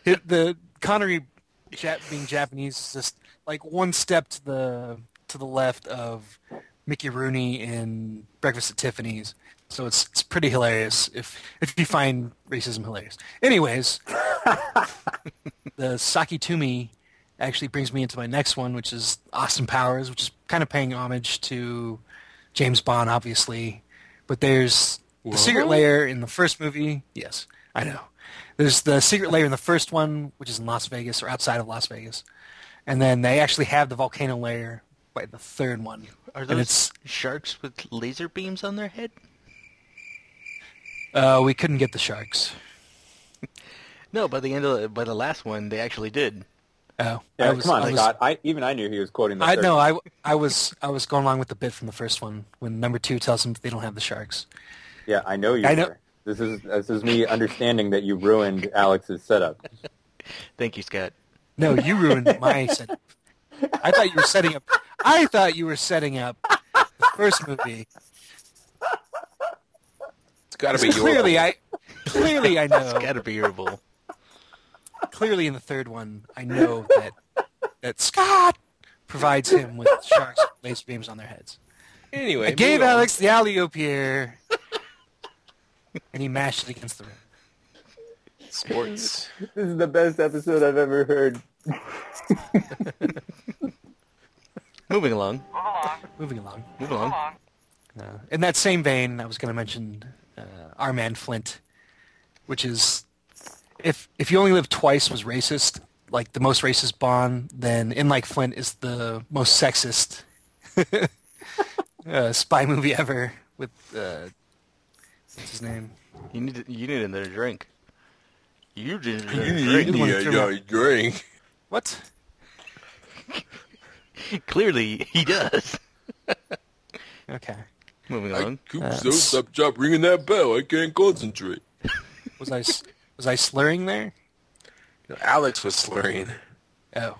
it- the Connery Jap- being Japanese is just like one step to the to the left of Mickey Rooney in Breakfast at Tiffany's. So it's it's pretty hilarious if if you find racism hilarious. Anyways, the Saki Tumi actually brings me into my next one, which is Austin Powers, which is kind of paying homage to James Bond, obviously. But there's the secret layer in the first movie. Yes, I know. There's the secret layer in the first one, which is in Las Vegas or outside of Las Vegas, and then they actually have the volcano layer by the third one. Are And those it's- sharks with laser beams on their head? uh, we couldn't get the sharks. No, by the end of the, by the last one, they actually did. Oh, Yeah, I was, come on, I was, Scott. I, even I knew he was quoting the I third. no, I I was I was going along with the bit from the first one when number two tells them they don't have the sharks. Yeah, I know you. I know- were. This is this is me understanding that you ruined Alex's setup. Thank you, Scott. No, you ruined my setup. I thought you were setting up. I thought you were setting up the first movie. It's got to be your Clearly, I clearly I know. It's gotta be your bull. clearly in the third one, I know that that Scott provides him with sharks with laser beams on their heads. Anyway, I gave moving on. Alex the alley oop here, and he mashed it against the rim. sports. This is the best episode I've ever heard. Moving along. Moving along. Moving along. Uh, in that same vein, I was going to mention uh, our man Flint, which is if if you only live twice was racist, like the most racist Bond, then in like Flint is the most sexist uh, spy movie ever with uh, what's his name? You need to, you need another drink. You need You another wanna throw me out- drink. What? drink. Clearly, he does. Okay. Moving along. Uh, Coop, so stop, stop ringing that bell. I can't concentrate. Was I s- was I slurring there? Alex was slurring. Oh.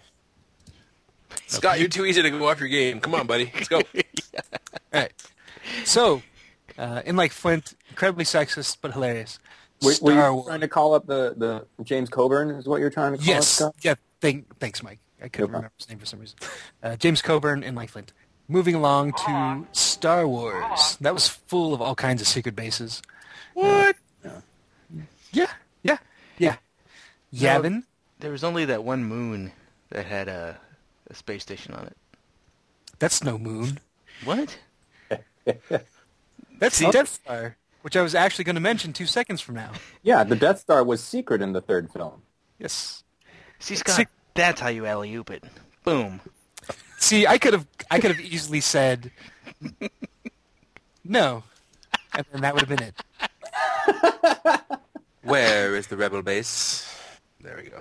Scott, you're too easy to go off your game. Come on, buddy. Let's go. All right. So, uh, in like Flint, incredibly sexist but hilarious. Were, were Star you Wars. trying to call up the, the James Coburn? Is what you're trying to call up? Yes. Scott? Yeah. Thank, thanks, Mike. I couldn't problem. remember his name for some reason. Uh, James Coburn and Mike Flint. Moving along to Star Wars. That was full of all kinds of secret bases. What? yeah. Yeah. Yeah. Yavin. There was only that one moon that had a, a space station on it. That's no moon. What? That's Death Star, which I was actually going to mention two seconds from now. Yeah, the Death Star was secret in the third film. Yes. See, Scott, See- that's how you alley oop it. Boom. See, I could have, I could have easily said no, and then that would have been it. Where is the rebel base? There we go.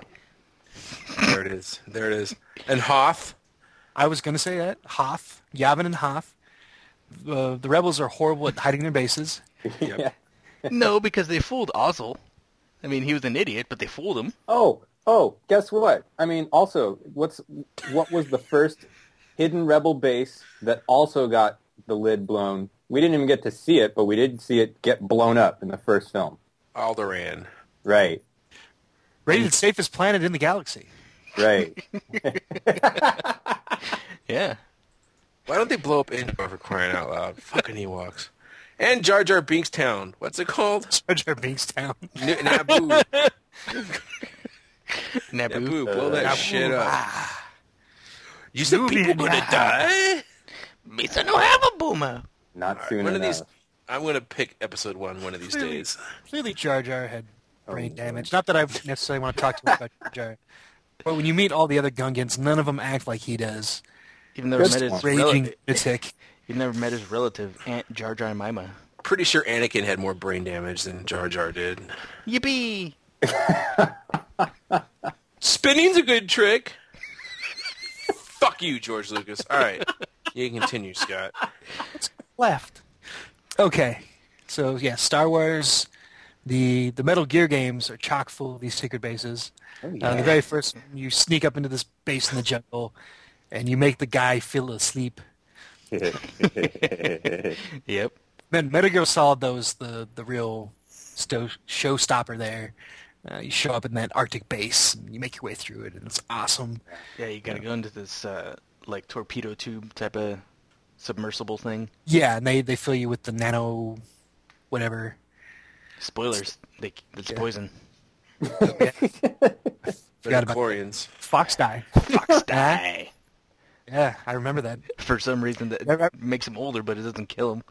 There it is. There it is. And Hoth. I was going to say that Hoth, Yavin, and Hoth. The the rebels are horrible at hiding their bases. Yeah. no, because they fooled Ozzel. I mean, he was an idiot, but they fooled him. Oh, oh, guess what? I mean, also, what's what was the first hidden rebel base that also got the lid blown? We didn't even get to see it, but we did see it get blown up in the first film. Alderan. Right, Rated safest planet in the galaxy. right. Yeah. Why don't they blow up Endor for crying out loud? Fucking Ewoks. And Jar Jar Binks Town. What's it called? Jar Jar Binks Town. N- Naboo. Naboo. Naboo. Blow that Naboo. shit up. uh, ah. You said Nubian, people gonna ah. die? Mesa no have a boomer. Not soon One of enough. these. I'm gonna pick episode one one of these Clearly. days. Clearly, Jar Jar had brain damage. Not that I necessarily want to talk to him about Jar Jar. But when you meet all the other Gungans, none of them act like he does. You've never Just met his raging relative. lunatic. You've never met his relative, Aunt Jar Jar Mima. Pretty sure Anakin had more brain damage than Jar Jar did. Yippee! Spinning's a good trick. Fuck you, George Lucas. All right, you can continue, Scott. left. Okay, so yeah, Star Wars, the the Metal Gear games are chock full of these secret bases. Uh, the very first, one, you sneak up into this base in the jungle, and you make the guy feel asleep. Yep. Then Metal Gear Solid though is the the real sto- showstopper there. Uh, you show up in that Arctic base, and you make your way through it, and it's awesome. Yeah, you gotta go into this uh, like torpedo tube type of submersible thing. Yeah, and they they fill you with the nano, whatever. Spoilers. They, it's poison. Forgot about- Chlorians. Fox die. Fox die. Yeah, I remember that. For some reason that Yeah, right. makes him older, but it doesn't kill him.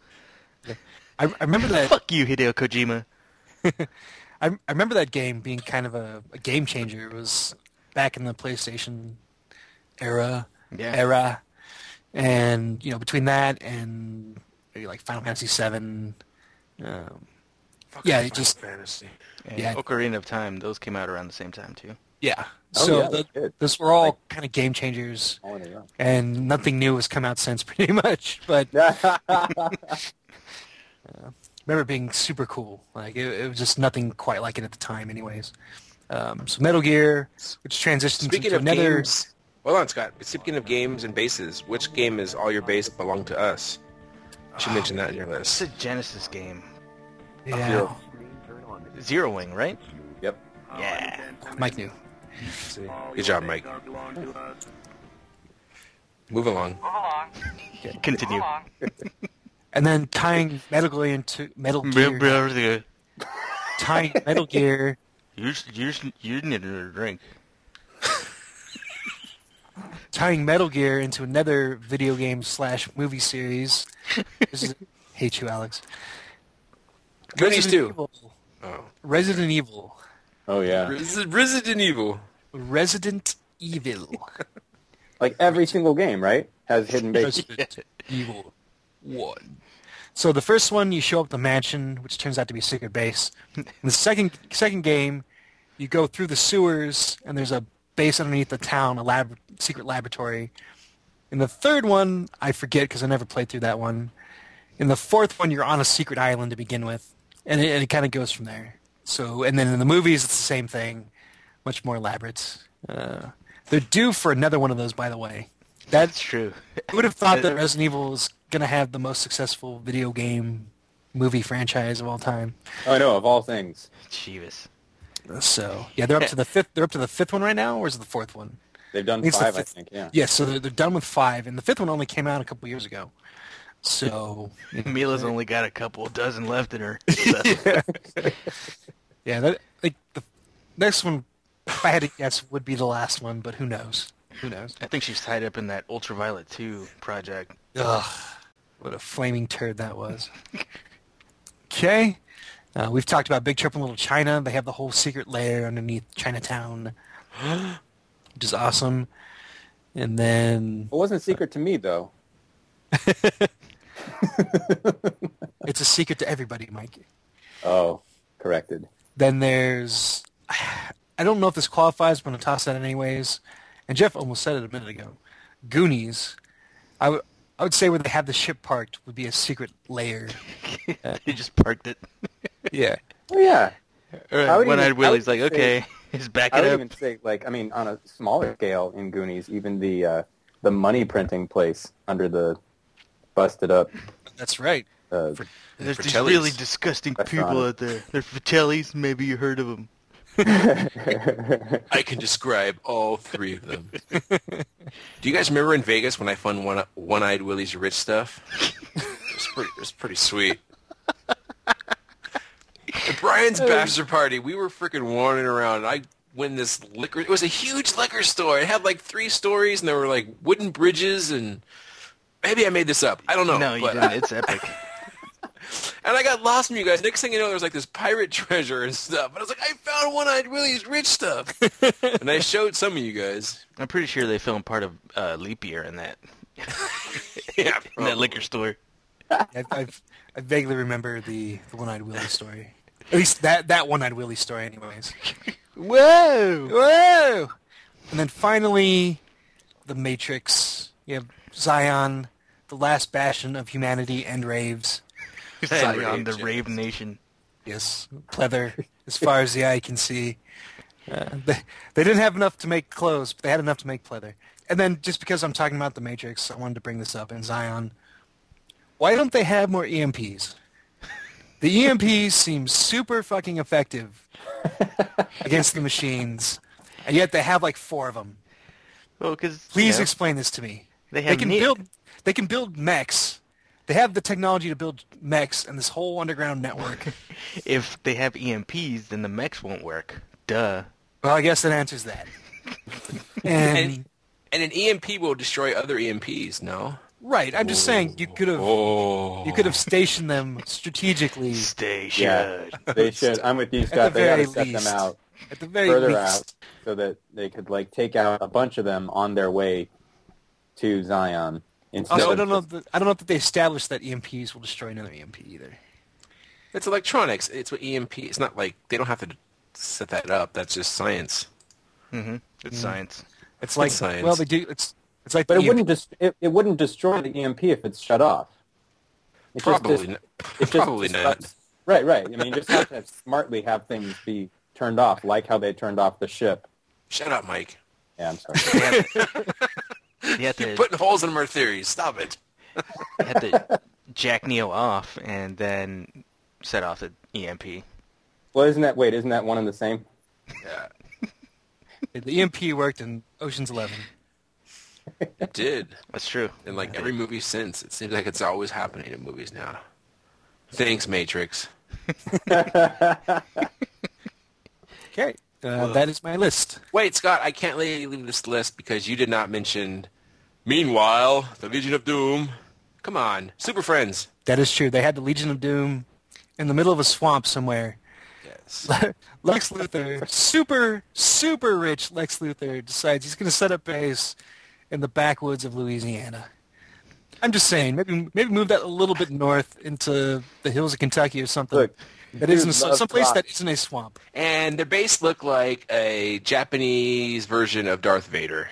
I, I remember that. Fuck you, Hideo Kojima. I, I remember that game being kind of a, a game changer. It was back in the PlayStation era, Yeah. era, and you know between that and maybe like Final Fantasy Seven, um, Fucking yeah, it Final just fantasy. And Yeah. Ocarina of Time. Those came out around the same time too. yeah. Oh, So yeah, the- that's good. those were all kind of game changers, All in a row. and nothing new has come out since pretty much. But remember it being super cool. Like it, it was just nothing quite like it at the time, anyways. Um, so Metal Gear, which transitions Speaking into of another. games, hold on, Scott. Speaking of games and bases, which game is all your base belong to us? You should mention that in your It's list. a Genesis game. yeah, Zero. Zero Wing, right? Yep. Yeah. Mike knew. Good job, Mike. Move along. Continue. And then tying Metal Gear into Metal Gear, tying Metal Gear. You you you need a drink. tying Metal Gear into another video game slash movie series. This is, hate you, Alex. Goonies Resident too. Evil. Oh. Resident Evil. Oh yeah. Resi- Resident Evil. Resident Evil. Like every single game, right? Has hidden bases. Resident Evil One. So the first one, you show up at the mansion, which turns out to be a secret base. In the second second game, you go through the sewers, and there's a base underneath the town, a lab, secret laboratory. In the third one, I forget because I never played through that one. In the fourth one, you're on a secret island to begin with, and it, and it kind of goes from there. So, and then in the movies, it's the same thing, much more elaborate. Uh, they're due for another one of those, by the way. That's true. Who would have thought Uh, that Resident Evil was going to have the most successful video game movie franchise of all time? Oh no, of all things. Chivas. So yeah, they're up to the fifth. They're up to the fifth one right now, or is it the fourth one? They've done It's the five, I fifth- think. Yeah. Yes, so they're, they're done with five, and the fifth one only came out a couple years ago. So Mila's only got a couple dozen left in her. yeah, that, like the next one, if I had to guess, would be the last one, but who knows? Who knows? I think she's tied up in that Ultraviolet 2 project. Ugh, what a flaming turd that was. Okay. Uh, we've talked about Big Trip and Little China. They have the whole secret lair underneath Chinatown, which is awesome. And then It wasn't secret to me though. it's a secret to everybody, Mike. Oh, corrected. Then there's, I don't know if this qualifies, but I'm going to toss that in anyways. And Jeff almost said it a minute ago. Goonies. I would- I would say where they have the ship parked would be a secret lair. they just parked it. Yeah. Oh yeah. I would One eyed even- I Willie's would like, say- okay, he's back I it would up. even say, like, I mean, on a smaller scale in Goonies, even the uh, the money printing place under the busted up. That's right. Uh, There's these Fratellis. really disgusting That's people not- out there. They're Fratellis, maybe you heard of them. I can describe all three of them. Do you guys remember in Vegas when I found one, One-Eyed Willie's rich stuff? It was pretty, it was pretty sweet. At Brian's bachelor party, we were freaking wandering around. And I went in this liquor. It was a huge liquor store. It had like three stories, and there were like wooden bridges, and maybe I made this up. I don't know. no, you but- didn't. It's epic. and I got lost from you guys. Next thing you know, there was like this pirate treasure and stuff. And I was like, I found one-eyed Willie's rich stuff. and I showed some of you guys. I'm pretty sure they filmed part of uh, Leap Year in that Yeah, in that liquor store. I, I've, I vaguely remember the, the one-eyed Willie story. At least that, that one-eyed Willie story, anyways. Whoa! Whoa! And then finally, the Matrix. You have Zion, the last bastion of humanity, and raves. on the Rave Nation. Yes, pleather as far as the eye can see. Uh, they, they didn't have enough to make clothes, but they had enough to make pleather. And then, just because I'm talking about the Matrix, I wanted to bring this up. And Zion, why don't they have more EMPs? The EMPs seem super fucking effective against the machines, and yet they have like four of them. Well, because Please explain this to me. They They have can ne- build. They can build mechs. They have the technology to build mechs and this whole underground network. if they have EMPs, then the mechs won't work. Duh. Well, I guess that answers that. And, And, and an EMP will destroy other EMPs, no? right, I'm just saying you could have Oh. you could have stationed them strategically Station. Yeah, they should. I'm with you, at the Scott. They very gotta set least. them out At the very further out least, so that they could like take out a bunch of them on their way to Zion. Instead Also, I of don't know. just- That, I don't know that they established that EMPs will destroy another EMP either. It's electronics. It's what EMP. It's not like they don't have to set that up. That's just science. Mm-hmm. It's science. It's like science. well, they do. It's it's like But the it EMP wouldn't just it, it wouldn't destroy the EMP if it's shut off. It just Probably dis- not. it just Probably not. disrupts- Right, right. I mean, you just have to smartly have things be turned off, like how they turned off the ship. Shut up, Mike. Yeah, I'm sorry. They have, they have to, Putting holes in our theories. Stop it. they have to jack Neo off and then set off the E EMP. Well, isn't that wait? Isn't that one and the same? Yeah, E the EMP worked in Ocean's Eleven. it did. That's true. in like every movie since. It seems like it's always happening in movies now. Thanks, Matrix. Okay, uh, that is my list. Wait, Scott, I can't let you leave this list because you did not mention. Meanwhile, the Legion of Doom. Come on, Super Friends. That is true. They had the Legion of Doom in the middle of a swamp somewhere. Yes. Lex Luthor, super, super rich Lex Luthor, decides he's going to set up base in the backwoods of Louisiana. I'm just saying, maybe maybe move that a little bit north into the hills of Kentucky or something. Look, that isn't dude some loves someplace rock. that isn't a swamp. And their base looked like a Japanese version of Darth Vader,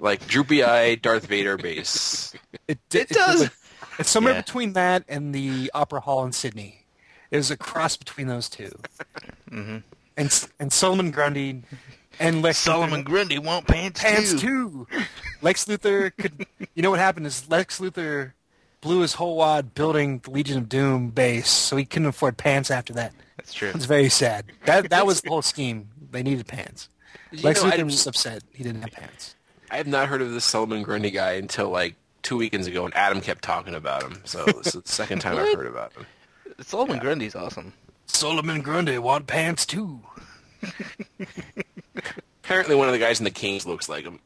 like droopy-eyed Darth Vader base. It, It does. look- It's somewhere Yeah. between that and the Opera Hall in Sydney. It was a cross between those 2 And and Solomon Grundy and Lex Solomon Luthor- Grundy want pants, pants too. too. Lex Luthor could. You know what happened is Lex Luthor blew his whole wad building the Legion of Doom base, so he couldn't afford pants after that. That's true. It's very sad. That that was the whole scheme. They needed pants. You Lex know, I Luthor didn't- was upset he didn't have pants. I have not heard of this Solomon Grundy guy until like two weekends ago, and Adam kept talking about him. So this is the second time I've heard about him. Solomon Grundy's awesome. Solomon Grundy want pants too. Apparently, one of the guys in the Kings looks like him.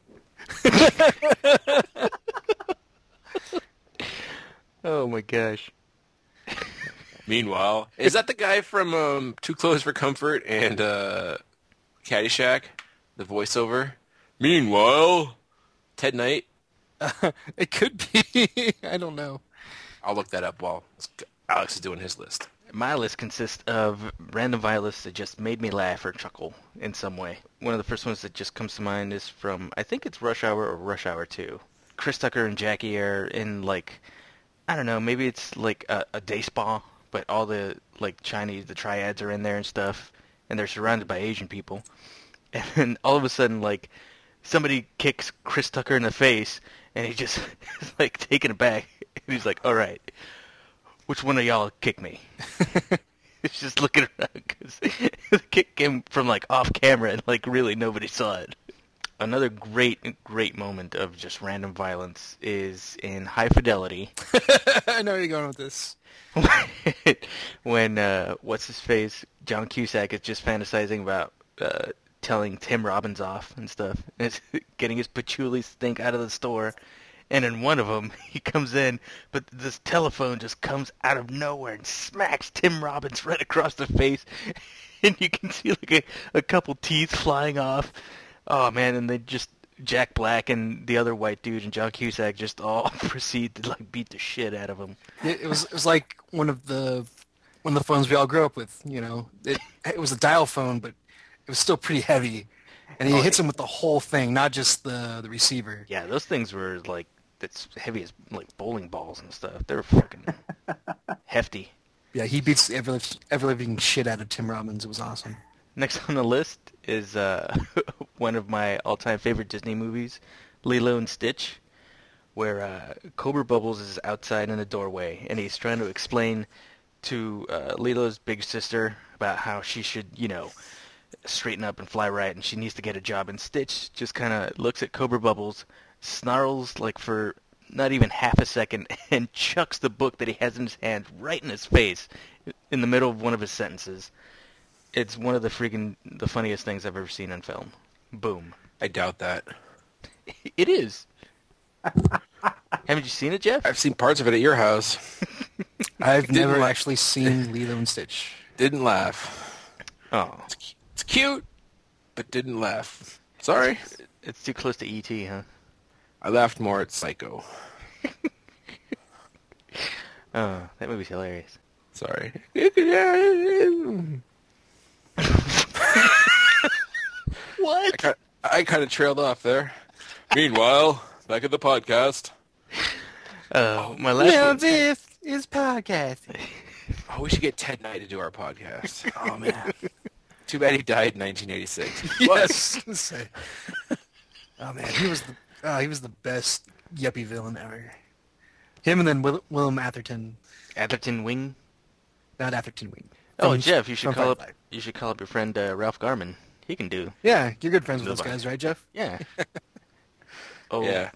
Oh my gosh. Meanwhile, is that the guy from um, Too Close for Comfort and uh, Caddyshack? The voiceover. Meanwhile, Ted Knight. It could be. I don't know. I'll look that up while Alex is doing his list. My list consists of random violets that just made me laugh or chuckle in some way. One of the first ones that just comes to mind is from I think it's Rush Hour or Rush Hour Two. Chris Tucker and Jackie are in like I don't know, maybe it's like a, a day spa, but all the like Chinese, the triads are in there and stuff, and they're surrounded by Asian people. And then all of a sudden, like somebody kicks Chris Tucker in the face, and he just is like taken aback, and he's like, "All right, which one of y'all kicked me?" It's just looking around because the kick came from like off camera and like really nobody saw it. Another great, great moment of just random violence is in High Fidelity I know where you're going with this. when uh, what's his face John Cusack is just fantasizing about uh, telling Tim Robbins off and stuff, and it's getting his patchouli stink out of the store. And in one of them, he comes in, but this telephone just comes out of nowhere and smacks Tim Robbins right across the face, and you can see like a, a couple teeth flying off. Oh man! And they just Jack Black and the other white dude and John Cusack just all proceed to like beat the shit out of him. It, it was it was like one of the one of the phones we all grew up with. You know, it it was a dial phone, but it was still pretty heavy. And he hits him with the whole thing, not just the the receiver. Oh, Yeah, those things were like that's heavy as like bowling balls and stuff. They were fucking hefty. Yeah, he beats the ever, ever living shit out of Tim Robbins. It was awesome. Next on the list is uh, one of my all-time favorite Disney movies, Lilo and Stitch, where uh, Cobra Bubbles is outside in the doorway and he's trying to explain to uh, Lilo's big sister about how she should, you know, straighten up and fly right, and she needs to get a job. And Stitch just kind of looks at Cobra Bubbles, snarls like for not even half a second, and chucks the book that he has in his hand right in his face in the middle of one of his sentences. It's one of the freaking the funniest things I've ever seen in film. Boom! I doubt that. It is. Haven't you seen it, Jeff? I've seen parts of it at your house. I've never actually seen Lilo and Stitch. Didn't laugh. Oh, It's cute, but didn't laugh. Sorry. it's too close to ET, huh? I laughed more at Psycho. Oh, that movie's hilarious. Sorry. I What? kind, I kind of trailed off there. Meanwhile, back at the podcast. Uh, my last one. this is podcasting. Oh, we should get Ted Knight to do our podcast. Oh man. Too bad he died in 1986. Yes. oh man, he was the oh, he was the best yuppie villain ever. Him and then Will, Willem Atherton, Atherton Wing. not Atherton Wing. Oh, From- Jeff, you should from call up. Firefly. You should call up your friend uh, Ralph Garman. He can do. Yeah, you're good friends with those Goodbye. guys, right, Jeff? Yeah. oh, Yeah.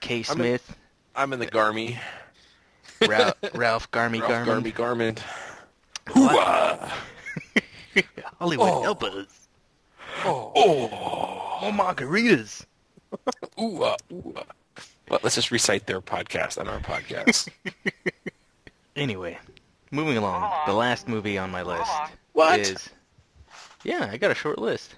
K. Smith, I'm in the Garmy. Ralph, Ralph Garmy Ralph Garmin. Garmy Garment. Hollywood help us. Oh. More margaritas. Ooh, uh, ooh. uh. But let's just recite their podcast on our podcast. Anyway, moving along. The last movie on my list is. What? Yeah, I got a short list.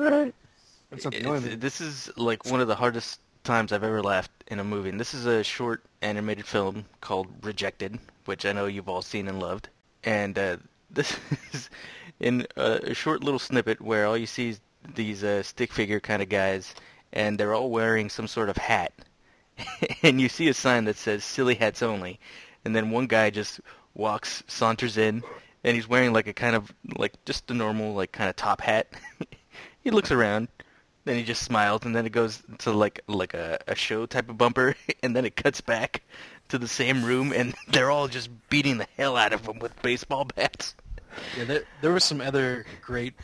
That's not the It's- only thing. this is like one of the hardest times I've ever laughed in a movie. And this is a short animated film called Rejected, which I know you've all seen and loved. And uh, this is in a, a short little snippet where all you see is these uh, stick figure kind of guys, and they're all wearing some sort of hat. and you see a sign that says "Silly Hats Only," and then one guy just walks, saunters in, and he's wearing like a kind of like just a normal like kind of top hat. he looks around, then he just smiles, and then it goes to like like a, a show type of bumper, and then it cuts back to the same room, and they're all just beating the hell out of him with baseball bats. Yeah, there, there were some other great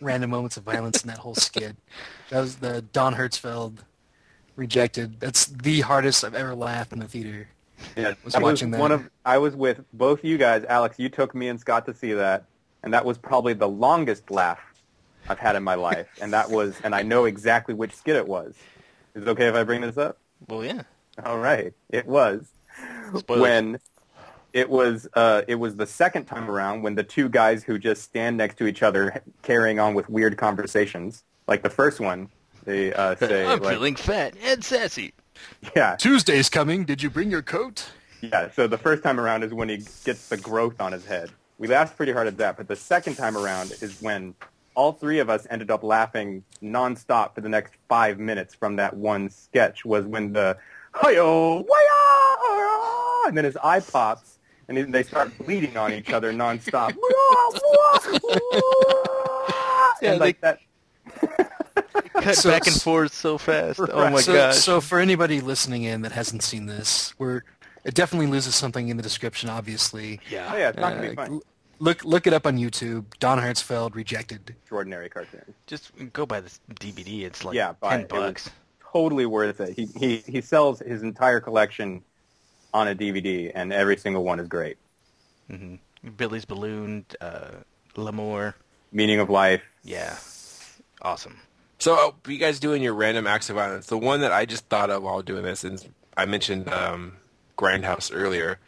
random moments of violence in that whole skit. That was the Don Hertzfeld rejected. That's the hardest I've ever laughed in the theater. Yeah, Was that watching that. one of I was with both you guys, Alex. You took me and Scott to see that, and that was probably the longest laugh I've had in my life. And that was, and I know exactly which skit it was. Is it okay if I bring this up? Well, yeah. All right, it was Spoilers. when it was uh, it was the second time around when the two guys who just stand next to each other carrying on with weird conversations, like the first one, they uh, say, I'm like, feeling fat and sassy. yeah, Tuesday's coming. Did you bring your coat? Yeah, so the first time around is when he gets the growth on his head. We laughed pretty hard at that, but the second time around is when all three of us ended up laughing nonstop for the next five minutes from that one sketch was when the hiyo waya and then his eye pops and then they start bleeding on each other nonstop. Yeah, and like they- that Cut So- back and forth so fast. Oh Right. my so, gosh. so for anybody listening in that hasn't seen this, we're it definitely loses something in the description, obviously. oh yeah, it's not gonna be Uh, fun. l- Look look it up on YouTube. Don Hertzfeld rejected. Extraordinary cartoon. Just go buy this DVD. It's like yeah, buy ten it. It was bucks. totally worth it. He, he he sells his entire collection on a DVD, and every single one is great. hmm Billy's Balloon, uh, L'Amour. Meaning of Life. Yeah, awesome. So, uh, you guys doing your random acts of violence? The one that I just thought of while doing this, and I mentioned um, Grindhouse earlier,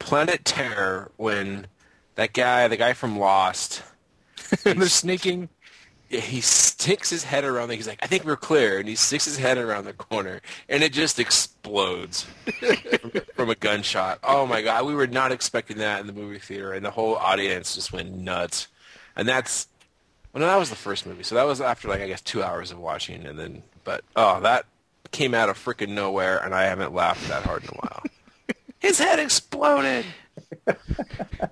Planet Terror. When that guy, the guy from Lost, They're sneaking. yeah, he sticks his head around. The, he's like, "I think we're clear," and he sticks his head around the corner, and it just explodes from a gunshot. Oh my god, we were not expecting that in the movie theater, and the whole audience just went nuts. And that's well, no, that was the first movie, so that was after like I guess two hours of watching, and then but oh, that came out of freaking nowhere, and I haven't laughed that hard in a while. his head exploded.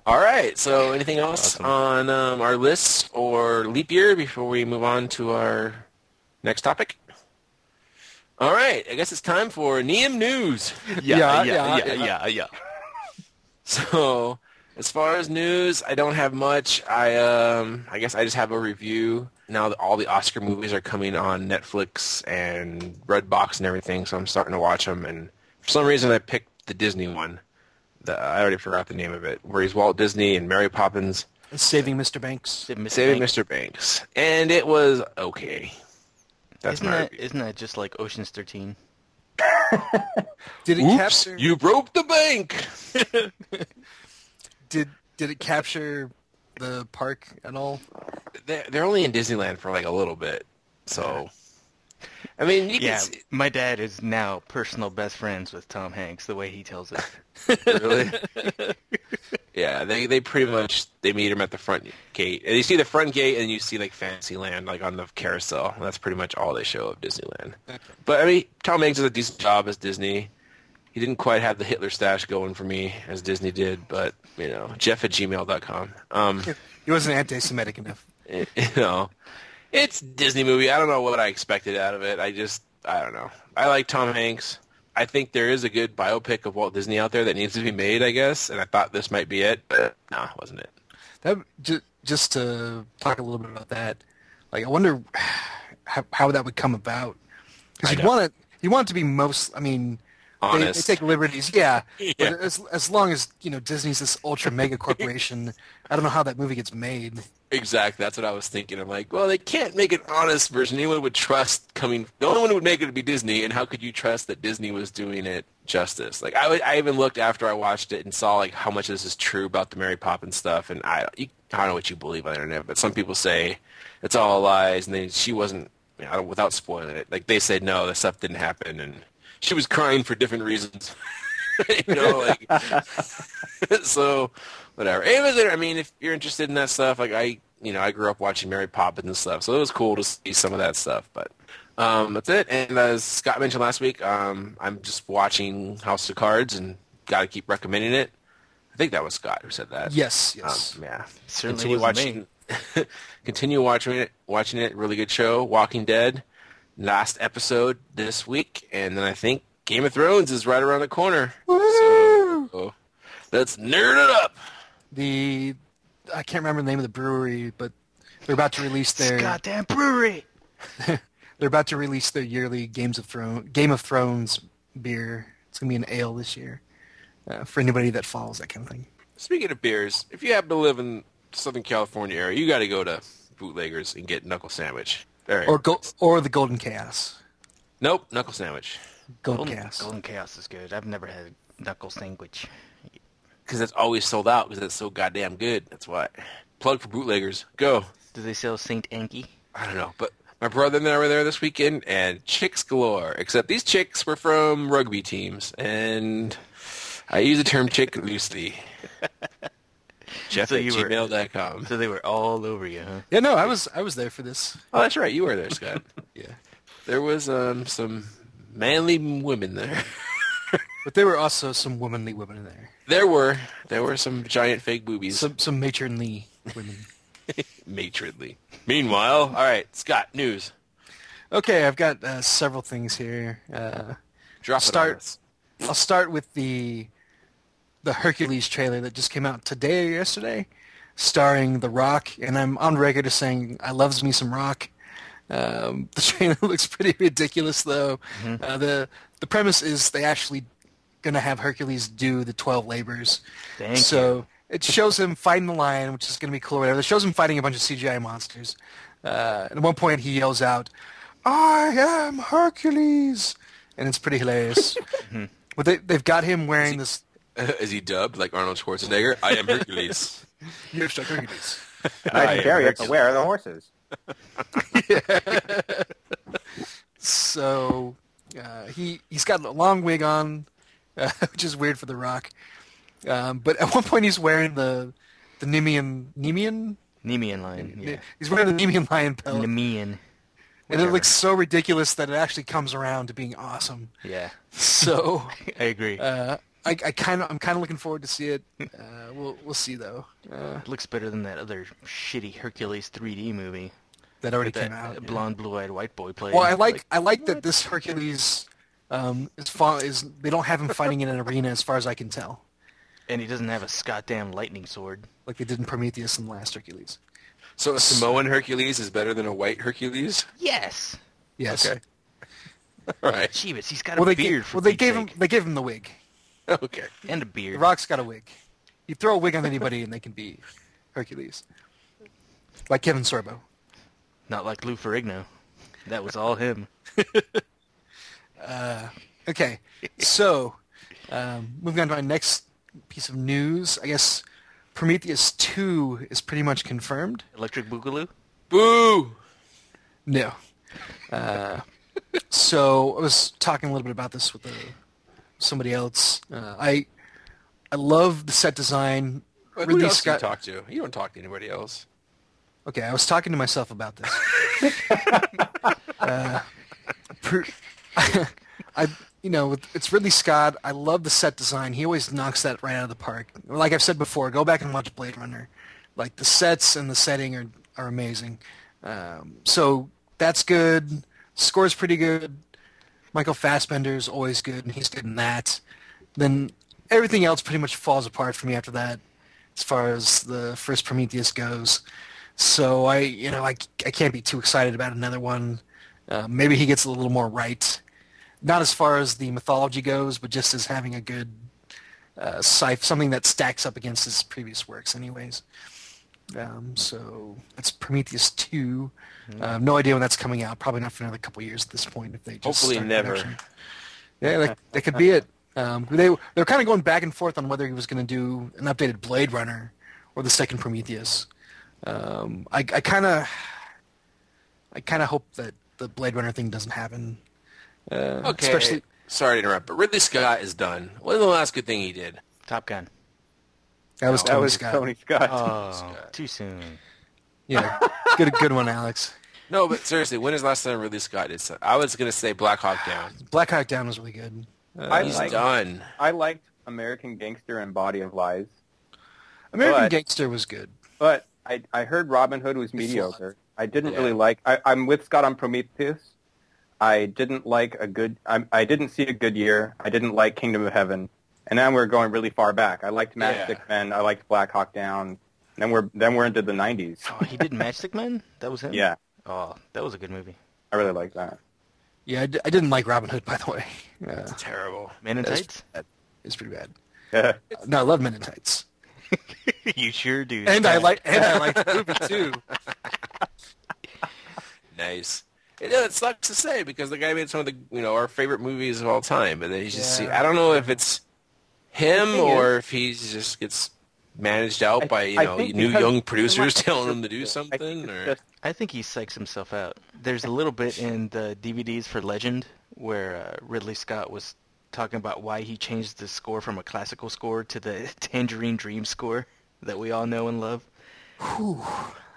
All right. So, anything else on um, our list or leap year before we move on to our next topic? All right. I guess it's time for Neum News. Yeah, yeah, yeah, yeah, yeah, yeah. So, as far as news, I don't have much. I um, I guess I just have a review. Now that all the Oscar movies are coming on Netflix and Redbox and everything, so I'm starting to watch them. And for some reason, I picked the Disney one. The, I already forgot the name of it, where he's Walt Disney and Mary Poppins Saving Mr. Banks. Mr. saving Banks. Mr. Banks, and it was okay. That's Isn't my that review. isn't that just like Ocean's Thirteen? Did it Oops, capture? you broke the bank. Did did it capture the park at all? they're, they're only in Disneyland for like a little bit, so. I mean, you can Yeah, see, my dad is now personal best friends with Tom Hanks. The way he tells it. really. yeah, they they pretty much they meet him at the front gate, and you see the front gate, and you see like Fantasyland like on the carousel. And that's pretty much all they show of Disneyland. But I mean, Tom Hanks does a decent job as Disney. He didn't quite have the Hitler stash going for me as Disney did, but you know, Jeff at gmail.com. Um, It wasn't anti-Semitic enough. you know, it's a Disney movie. I don't know what I expected out of it. I just, I don't know. I like Tom Hanks. I think there is a good biopic of Walt Disney out there that needs to be made, I guess. And I thought this might be it, but nah, wasn't it? That just, just to talk a little bit about that. Like I wonder how, how that would come about. Because you want it. You want it to be most. I mean. They, they Honest. take liberties, yeah. Yeah. But as as long as you know Disney's this ultra mega corporation, I don't know how that movie gets made. Exactly. That's what I was thinking. I'm like, well, they can't make an honest version. Anyone would trust coming. The only one who would make it would be Disney. And how could you trust that Disney was doing it justice? Like, I, would, I even looked after I watched it and saw like how much of this is true about the Mary Poppins stuff. And I, you, I don't know what you believe on the internet, but some people say it's all lies. And then she wasn't. You know, I don't- without spoiling it, like they said, no, this stuff didn't happen, and she was crying for different reasons. you know, like so whatever. It was. I mean, if you're interested in that stuff, like I, you know, I grew up watching Mary Poppins and stuff, so it was cool to see some of that stuff. But um, that's it. And as Scott mentioned last week, um, I'm just watching House of Cards and got to keep recommending it. I think that was Scott who said that. Yes, Um, yes. yeah. Certainly continue wasn't watching. continue watching it. Watching it. Really good show. Walking Dead. Last episode this week, and then I think Game of Thrones is right around the corner. So let's nerd it up. the I can't remember the name of the brewery, but they're about to release their Goddamn brewery. they're about to release their yearly Games of Thrones Game of Thrones beer. It's gonna be an ale this year uh, for anybody that follows that kind of thing. Speaking of beers, if you happen to live in Southern California area, you got to go to Bootleggers and get Knuckle Sandwich. All right. Or go, or the Golden Chaos. nope, Knuckle Sandwich. Golden, Golden, Chaos. Golden Chaos is good. I've never had knuckle sandwich. Because that's always sold out because it's so goddamn good. That's why. Plug for Bootleggers. Go. Do they sell Saint Anki? I don't know, but my brother and I were there this weekend, and chicks galore. Except these chicks were from rugby teams, and I use the term chick loosely. Jeff So at you were- gmail.com. So they were all over you, huh? Yeah, no, I was I was there for this. Oh, that's right, you were there, Scott. yeah, there was um some manly women there. But there were also some womanly women in there. There were there were some giant fake boobies, Some some matronly women. matronly. Meanwhile, all right, Scott, news. Okay, I've got uh, several things here. Uh, Drop it on start. us. I'll start with the the Hercules trailer that just came out today or yesterday. starring The Rock, and I'm on record as saying I loves me some Rock. Um, the trailer looks pretty ridiculous, though. Uh, the The premise is they actually gonna have Hercules do the twelve labors. Thank so it shows him fighting the lion, which is gonna be cool. Or whatever. It shows him fighting a bunch of CGI monsters. Uh, and at one point, he yells out, "I am Hercules," and it's pretty hilarious. But they, they've got him wearing this. Is he dubbed like Arnold Schwarzenegger? I am Hercules. Yes, Hercules. Nice I and am scary. Hercules. Where are the horses? so uh, he he's got a long wig on, uh, which is weird for The Rock. Um, but at one point he's wearing the the Nemean Nemean. Nemean line. Yeah. He's wearing the Nemean lion pelt, Nemean. and it looks so ridiculous that it actually comes around to being awesome. Yeah. So I agree. uh, I, I kind of I'm kind of looking forward to see it. Uh, we'll we'll see though. Uh, it looks better than that other shitty Hercules 3D movie. that already that came out. yeah. blonde, blue-eyed white boy played. Well, I like, I like that this Hercules um, is, fa- is they don't have him fighting in an arena as far as I can tell, and he doesn't have a goddamn lightning sword. like they did in Prometheus and Last Hercules. So a Samoan Hercules is better than a white Hercules? Yes. Yes. Okay. All right. Jeebus, he's got a Well, they, beard. gave, for well, they Pete's gave him sake. they gave him the wig. Okay. and a beard. The Rock's got a wig. You throw a wig on anybody and they can be Hercules, like Kevin Sorbo. Not like Lou Ferrigno. That was all him. Okay, so um, moving on to our next piece of news, I guess Prometheus two is pretty much confirmed. Electric Boogaloo. Boo! No. Uh, so I was talking a little bit about this with uh somebody else. Uh, I I love the set design. Who Ridley else do you Scott. talk to? You don't talk to anybody else. Okay, I was talking to myself about this. uh, per- I, you know, with- it's Ridley Scott. I love the set design. He always knocks that right out of the park. Like I've said before, go back and watch Blade Runner. Like the sets and the setting are are amazing. Um, so that's good. Score's pretty good. Michael Fassbender's always good, and he's good in that. Then everything else pretty much falls apart for me after that, as far as the first Prometheus goes. So I, you know, I, I can't be too excited about another one. Uh, maybe he gets a little more right, not as far as the mythology goes, but just as having a good uh, sci- something that stacks up against his previous works, anyways. Um, so that's Prometheus two. Uh, no idea when that's coming out. Probably not for another couple years at this point. If they just Hopefully start never. production. Yeah, that, that could be it. Um, they they're kind of going back and forth on whether he was going to do an updated Blade Runner or the second Prometheus. Um, I I kind of I kind of hope that the Blade Runner thing doesn't happen. Okay. Uh, Especially- Sorry to interrupt, but Ridley Scott is done. What is the last good thing he did? Top Gun. That was That Tony was Scott. Tony Scott. Oh, too soon. Yeah, good good one, Alex. No, but seriously, when is the last time Ridley Scott did something? I was going to say Black Hawk Down. Black Hawk Down was really good. I He's liked, done. I liked American Gangster and Body of Lies, American But- Gangster was good. but I, I heard Robin Hood was mediocre. I didn't Yeah. really like. I, I'm with Scott on Prometheus. I didn't like a good. I, I didn't see a good year. I didn't like Kingdom of Heaven, and then we're going really far back. I liked Matchstick Yeah. Men. I liked Black Hawk Down. and Then we're then we're into the '90s. Oh, he did Matchstick Man. That was him. Yeah, Oh, that was a good movie. I really like that. Yeah, I, d- I didn't like Robin Hood, by the way. Yeah, Terrible. Man in That's- Tights. it's pretty bad. Yeah. No, I love Men in Tights, you sure do. and I Scott. like and I like the movie too. Nice. It, it sucks to say because the guy made some of the you know our favorite movies of all time, and then he's just Yeah. I don't know if it's him thing or if he just gets managed out I- by you I know think new because- young producers telling him to I do think something. it's Or just- I think he psychs himself out. There's a little bit in the DVDs for Legend where uh, Ridley Scott was talking about why he changed the score from a classical score to the Tangerine Dream score that we all know and love.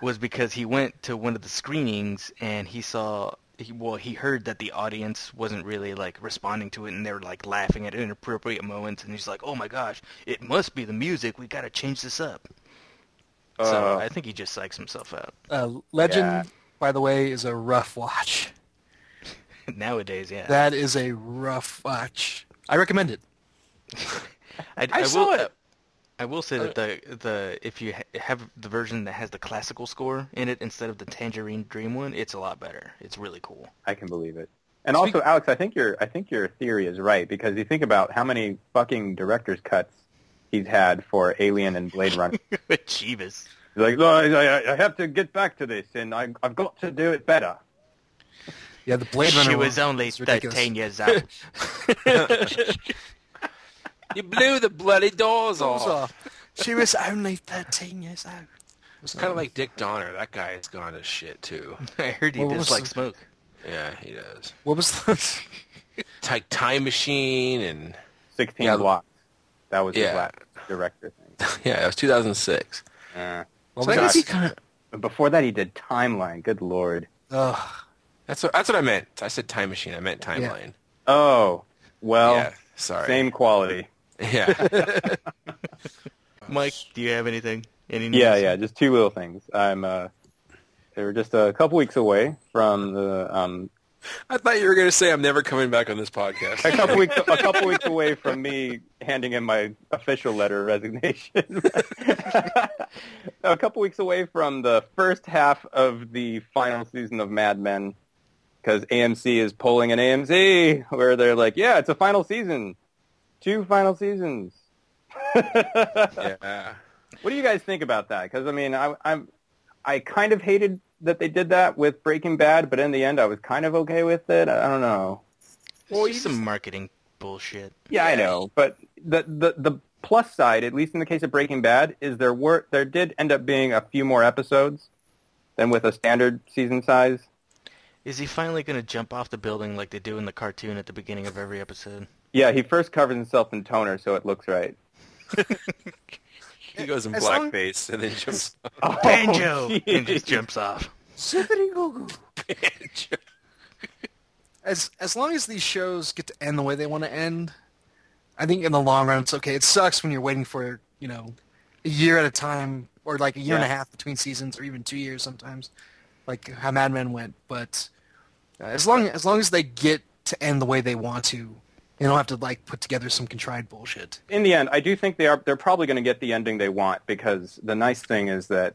Was because he went to one of the screenings and he saw, he, well, he heard that the audience wasn't really like responding to it and they were like laughing at inappropriate moments and he's like, oh my gosh, it must be the music. We gotta change this up. so Uh. I think he just psychs himself out. Uh, Legend, Yeah. by the way, is a rough watch. Nowadays, yeah. That is a rough watch. I recommend it. I, I, I saw will, it. I will say that the the if you ha- have the version that has the classical score in it instead of the Tangerine Dream one, it's a lot better. It's really cool. I can believe it. And also, Alex, I think your I think your theory is right because you think about how many fucking director's cuts he's had for Alien and Blade Runner. he's Jeebus. like, no, I, I- I have to get back to this, and I, I've got to do it better. Yeah, the Blade Runner. she one was only is ridiculous. thirteen years old. You blew the bloody doors Doors off. off. She was only 13 years old. It's kind of like Dick Donner. That guy has gone to shit too. I heard he What was does like the- smoke. Yeah, he does. What was the? It's like Time Machine and Sixteen Yeah. blocks. That was Yeah. his last director thing. yeah, it was 2006. Uh, What So I guess was he it? kind of but before that, he did Timeline. Good lord. Ugh. that's what that's what I meant. I said Time Machine. I meant Timeline. Oh, well, yeah, sorry. same quality. Yeah. Mike, do you have anything? Mm-hmm. Any news? Yeah, yeah, just two little things. I'm. Uh, they were just a couple weeks away from the um, I thought you were going to say I'm never coming back on this podcast. a couple weeks a couple weeks away from me handing in my official letter of resignation. a couple weeks away from the first half of the final season of Mad Men because AMC is polling an AMC where they're like, yeah, it's a final season, two final seasons. yeah. What do you guys think about that? Because I mean, I, I'm, I kind of hated that they did that with Breaking Bad, but in the end, I was kind of okay with it. I don't know. Well, you some marketing bullshit. Yeah, I know, but the, the the plus side, at least in the case of Breaking Bad, is there were there did end up being a few more episodes than with a standard season size. Is he finally gonna jump off the building like they do in the cartoon at the beginning of every episode? Yeah, he first covers himself in toner, so it looks right. He goes in As long- blackface and then jumps Banjo jeez. and just jumps off. As as long as these shows get to end the way they want to end, I think in the long run it's okay. It sucks when you're waiting for you know a year at a time or like a year and a Yeah. half between seasons or even two years sometimes, like how Mad Men went. But uh, as long as long as they get to end the way they want to, they don't have to like put together some contrived bullshit. In the end, I do think they are they're probably going to get the ending they want because the nice thing is that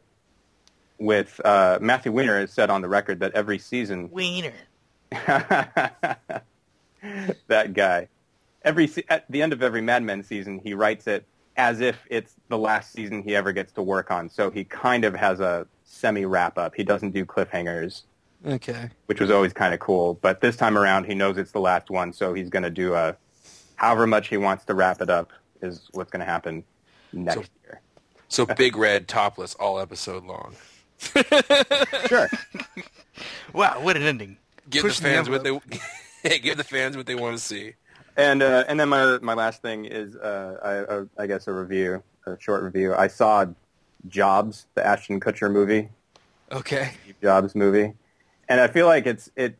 with uh, Matthew Weiner has said on the record that every season Wiener. that guy. Every se- at the end of every Mad Men season, he writes it as if it's the last season he ever gets to work on. So he kind of has a semi wrap up. He doesn't do cliffhangers, Okay. which was always kind of cool. But this time around, he knows it's the last one, so he's going to do a however much he wants to wrap it up is what's going to happen next year. so big red topless all episode long. Sure. Wow, what an ending. Give Push the the fans what they give the fans what they want to see. And uh, and then my my last thing is uh, I, I I guess a review, a short review. I saw Jobs, the Ashton Kutcher movie, Okay. Steve Jobs movie, and I feel like it's it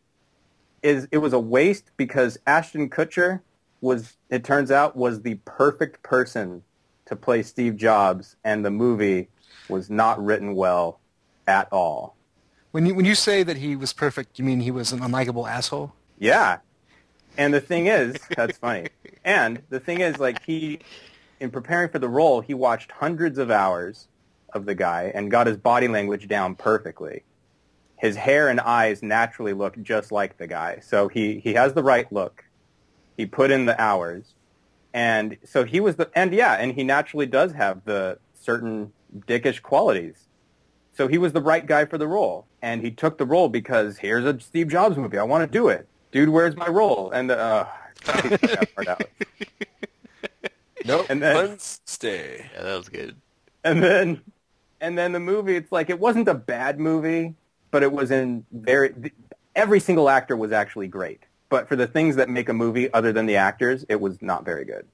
is it was a waste because Ashton Kutcher was it turns out was the perfect person to play Steve Jobs, and the movie was not written well at all. When you when you say that he was perfect, you mean he was an unlikable asshole? Yeah. And the thing is, that's funny. And the thing is, like he, in preparing for the role, he watched hundreds of hours of the guy and got his body language down perfectly. His hair and eyes naturally look just like the guy. So he, he has the right look. He put in the hours. And so he was the, and yeah, and he naturally does have the certain dickish qualities. So he was the right guy for the role, and he took the role because here's a Steve Jobs movie. I want to do it, dude. Where's my role? And uh, I cut that part out. Nope. And then- Wednesday. Yeah, that was good. and then and then the movie. It's like it wasn't a bad movie, but it was in very. th- Every single actor was actually great, but for the things that make a movie other than the actors, it was not very good.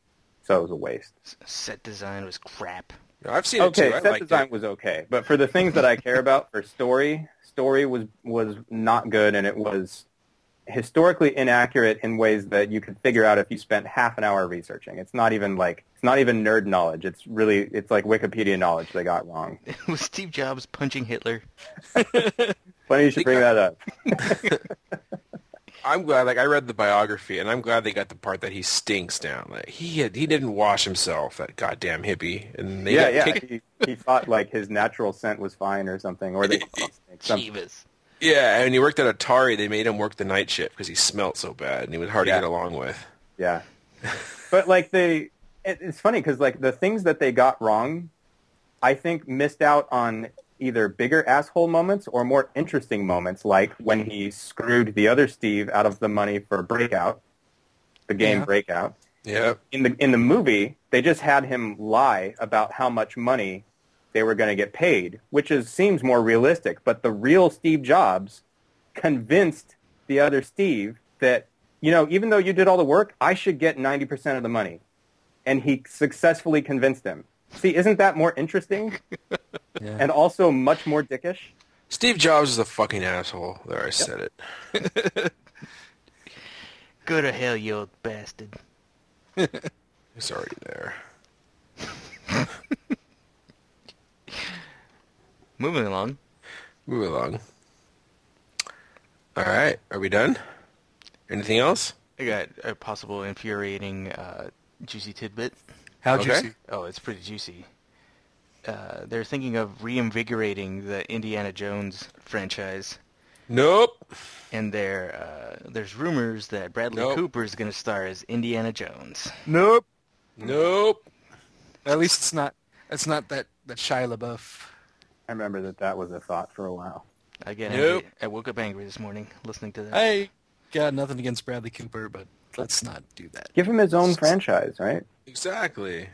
So it was a waste. S- Set design was crap. No, I've seen Okay, it too. I set liked design it. was okay, but for the things that I care about, for story, story was was not good, and it was historically inaccurate in ways that you could figure out if you spent half an hour researching. It's not even like it's not even nerd knowledge. It's really it's like Wikipedia knowledge they got wrong. was Steve Jobs punching Hitler? Funny you should bring that up. I'm glad. Like I read the biography, and I'm glad they got the part that he stinks down. Like he had, he didn't wash himself, that goddamn hippie, and they yeah, got yeah. kicked- He, he thought like his natural scent was fine or something, or they something. Chivas. yeah. And he worked at Atari. They made him work the night shift because he smelt so bad, and he was hard Yeah. to get along with. Yeah, but like they, it, it's funny because like the things that they got wrong, I think missed out on either bigger asshole moments or more interesting moments, like when he screwed the other Steve out of the money for Breakout, the game Yeah. Breakout. Yeah, in the in the movie, they just had him lie about how much money they were going to get paid, which is seems more realistic. But the real Steve Jobs convinced the other Steve that you know, even though you did all the work, I should get ninety percent of the money, and he successfully convinced him. See, isn't that more interesting Yeah. and also much more dickish? Steve Jobs is a fucking asshole. There, I said it. Go to hell, you old bastard. It's already there. Moving along. Move along. All right, are we done? Anything else? I got a possible infuriating uh, juicy tidbit. How Okay. juicy. Oh, it's pretty juicy. Uh, they're thinking of reinvigorating the Indiana Jones franchise, Nope. and there uh, there's rumors that Bradley Nope. Cooper is going to star as Indiana Jones. Nope. Nope. At least it's not. It's not that that Shia LaBeouf. I remember that that was a thought for a while. I get Nope. angry. I woke up angry this morning listening to that. I got nothing against Bradley Cooper, but let's not do that. Give him his own franchise, right? Exactly.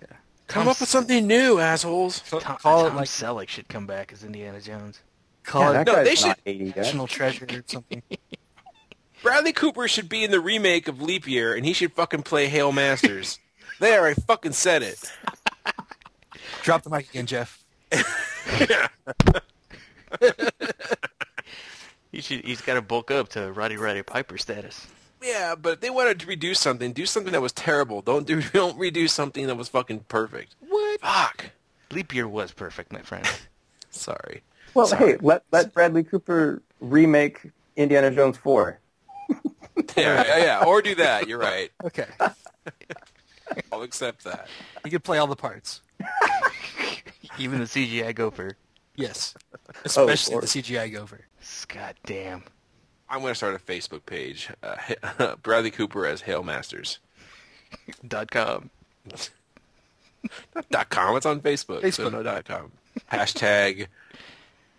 Yeah. Come up with something new, assholes. Tom, Call it Tom like- Selleck should come back as Indiana Jones. Call Yeah, it that uh, No, guy's they should- not 80 yet. National Treasure or something. Bradley Cooper should be in the remake of Leap Year, and he should fucking play Hail Masters. there, I fucking said it. Drop the mic again, Jeff. He should. He's got to bulk up to Roddy Roddy Piper status. Yeah, but if they wanted to redo something, do something that was terrible. Don't do, don't redo something that was fucking perfect. What? Fuck. Leap year was perfect, my friend. Sorry. Well, Sorry. hey, let let Bradley Cooper remake Indiana Jones four. Yeah, yeah, yeah. Or do that. You're right. Okay. I'll accept that. You can play all the parts. Even the CGI gopher. Yes. Especially Lord. the CGI gopher. God damn. I'm gonna start a Facebook page. Uh, Bradley Cooper as Hail Masters. Dot com. dot com. It's on Facebook. So Facebook. no dot com. Hashtag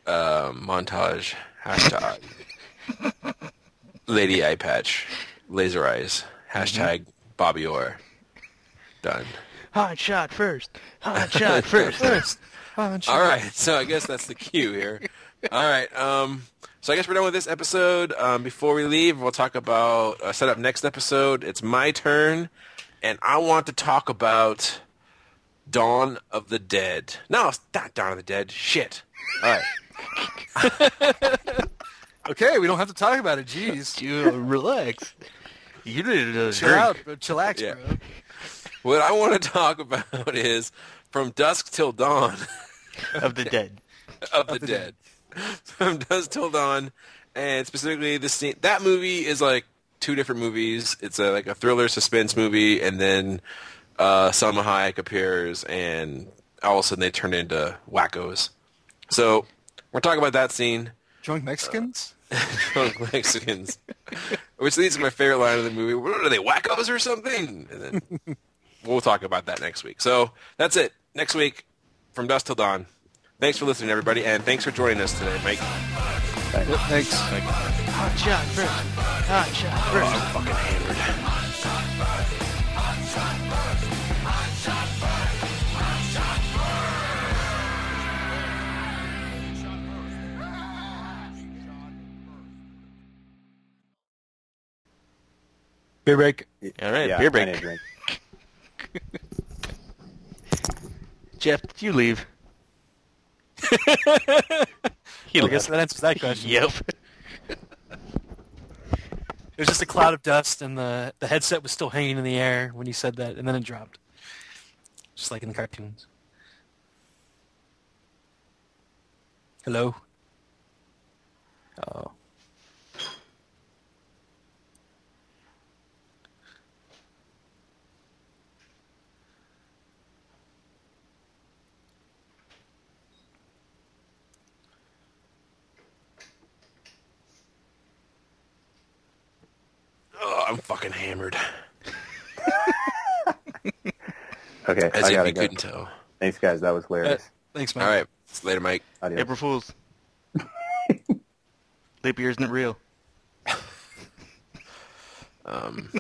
uh, montage. Hashtag lady eye patch. Laser eyes. Hashtag Bobby Orr. Done. Hot shot first. Hot shot first. All right. So I guess that's the cue here. All right. Um, so I guess we're done with this episode. Um, before we leave, we'll talk about uh, set up next episode. It's my turn, and I want to talk about Dawn of the Dead. No, it's not Dawn of the Dead. Shit. All right. Okay, we don't have to talk about it. Jeez. you relax. You did uh, a Chill out, bro. Chillax, Yeah. bro. What I want to talk about is from dusk till dawn. of the dead. of the Dead. From Dusk Till Dawn, and specifically the scene. That movie is like two different movies. It's a, like a thriller suspense movie, and then uh, Salma Hayek appears, and all of a sudden they turn into wackos. So we're talking about that scene. Drunk Mexicans? Drunk Mexicans, which leads to my favorite line of the movie. What are they wackos or something? And then we'll talk about that next week. So that's it. Next week, from dusk till dawn. Thanks for listening, everybody, and thanks for joining us today, Mike. Yep, thanks. Hot shot first. Hot shot first. Beer break. All right, Yeah, beer I need break. a drink. Jeff, did you leave? he I guess that answers that question. Yep. It was just a cloud of dust, and the, the headset was still hanging in the air when you said that, and then it dropped. Just like in the cartoons. Hello? Oh, I'm fucking hammered. Okay, As I if gotta you go. couldn't tell. Thanks, guys. That was hilarious. Uh, Thanks, man. All right, later, Mike. Adios. April Fools. Leap year isn't real. Um,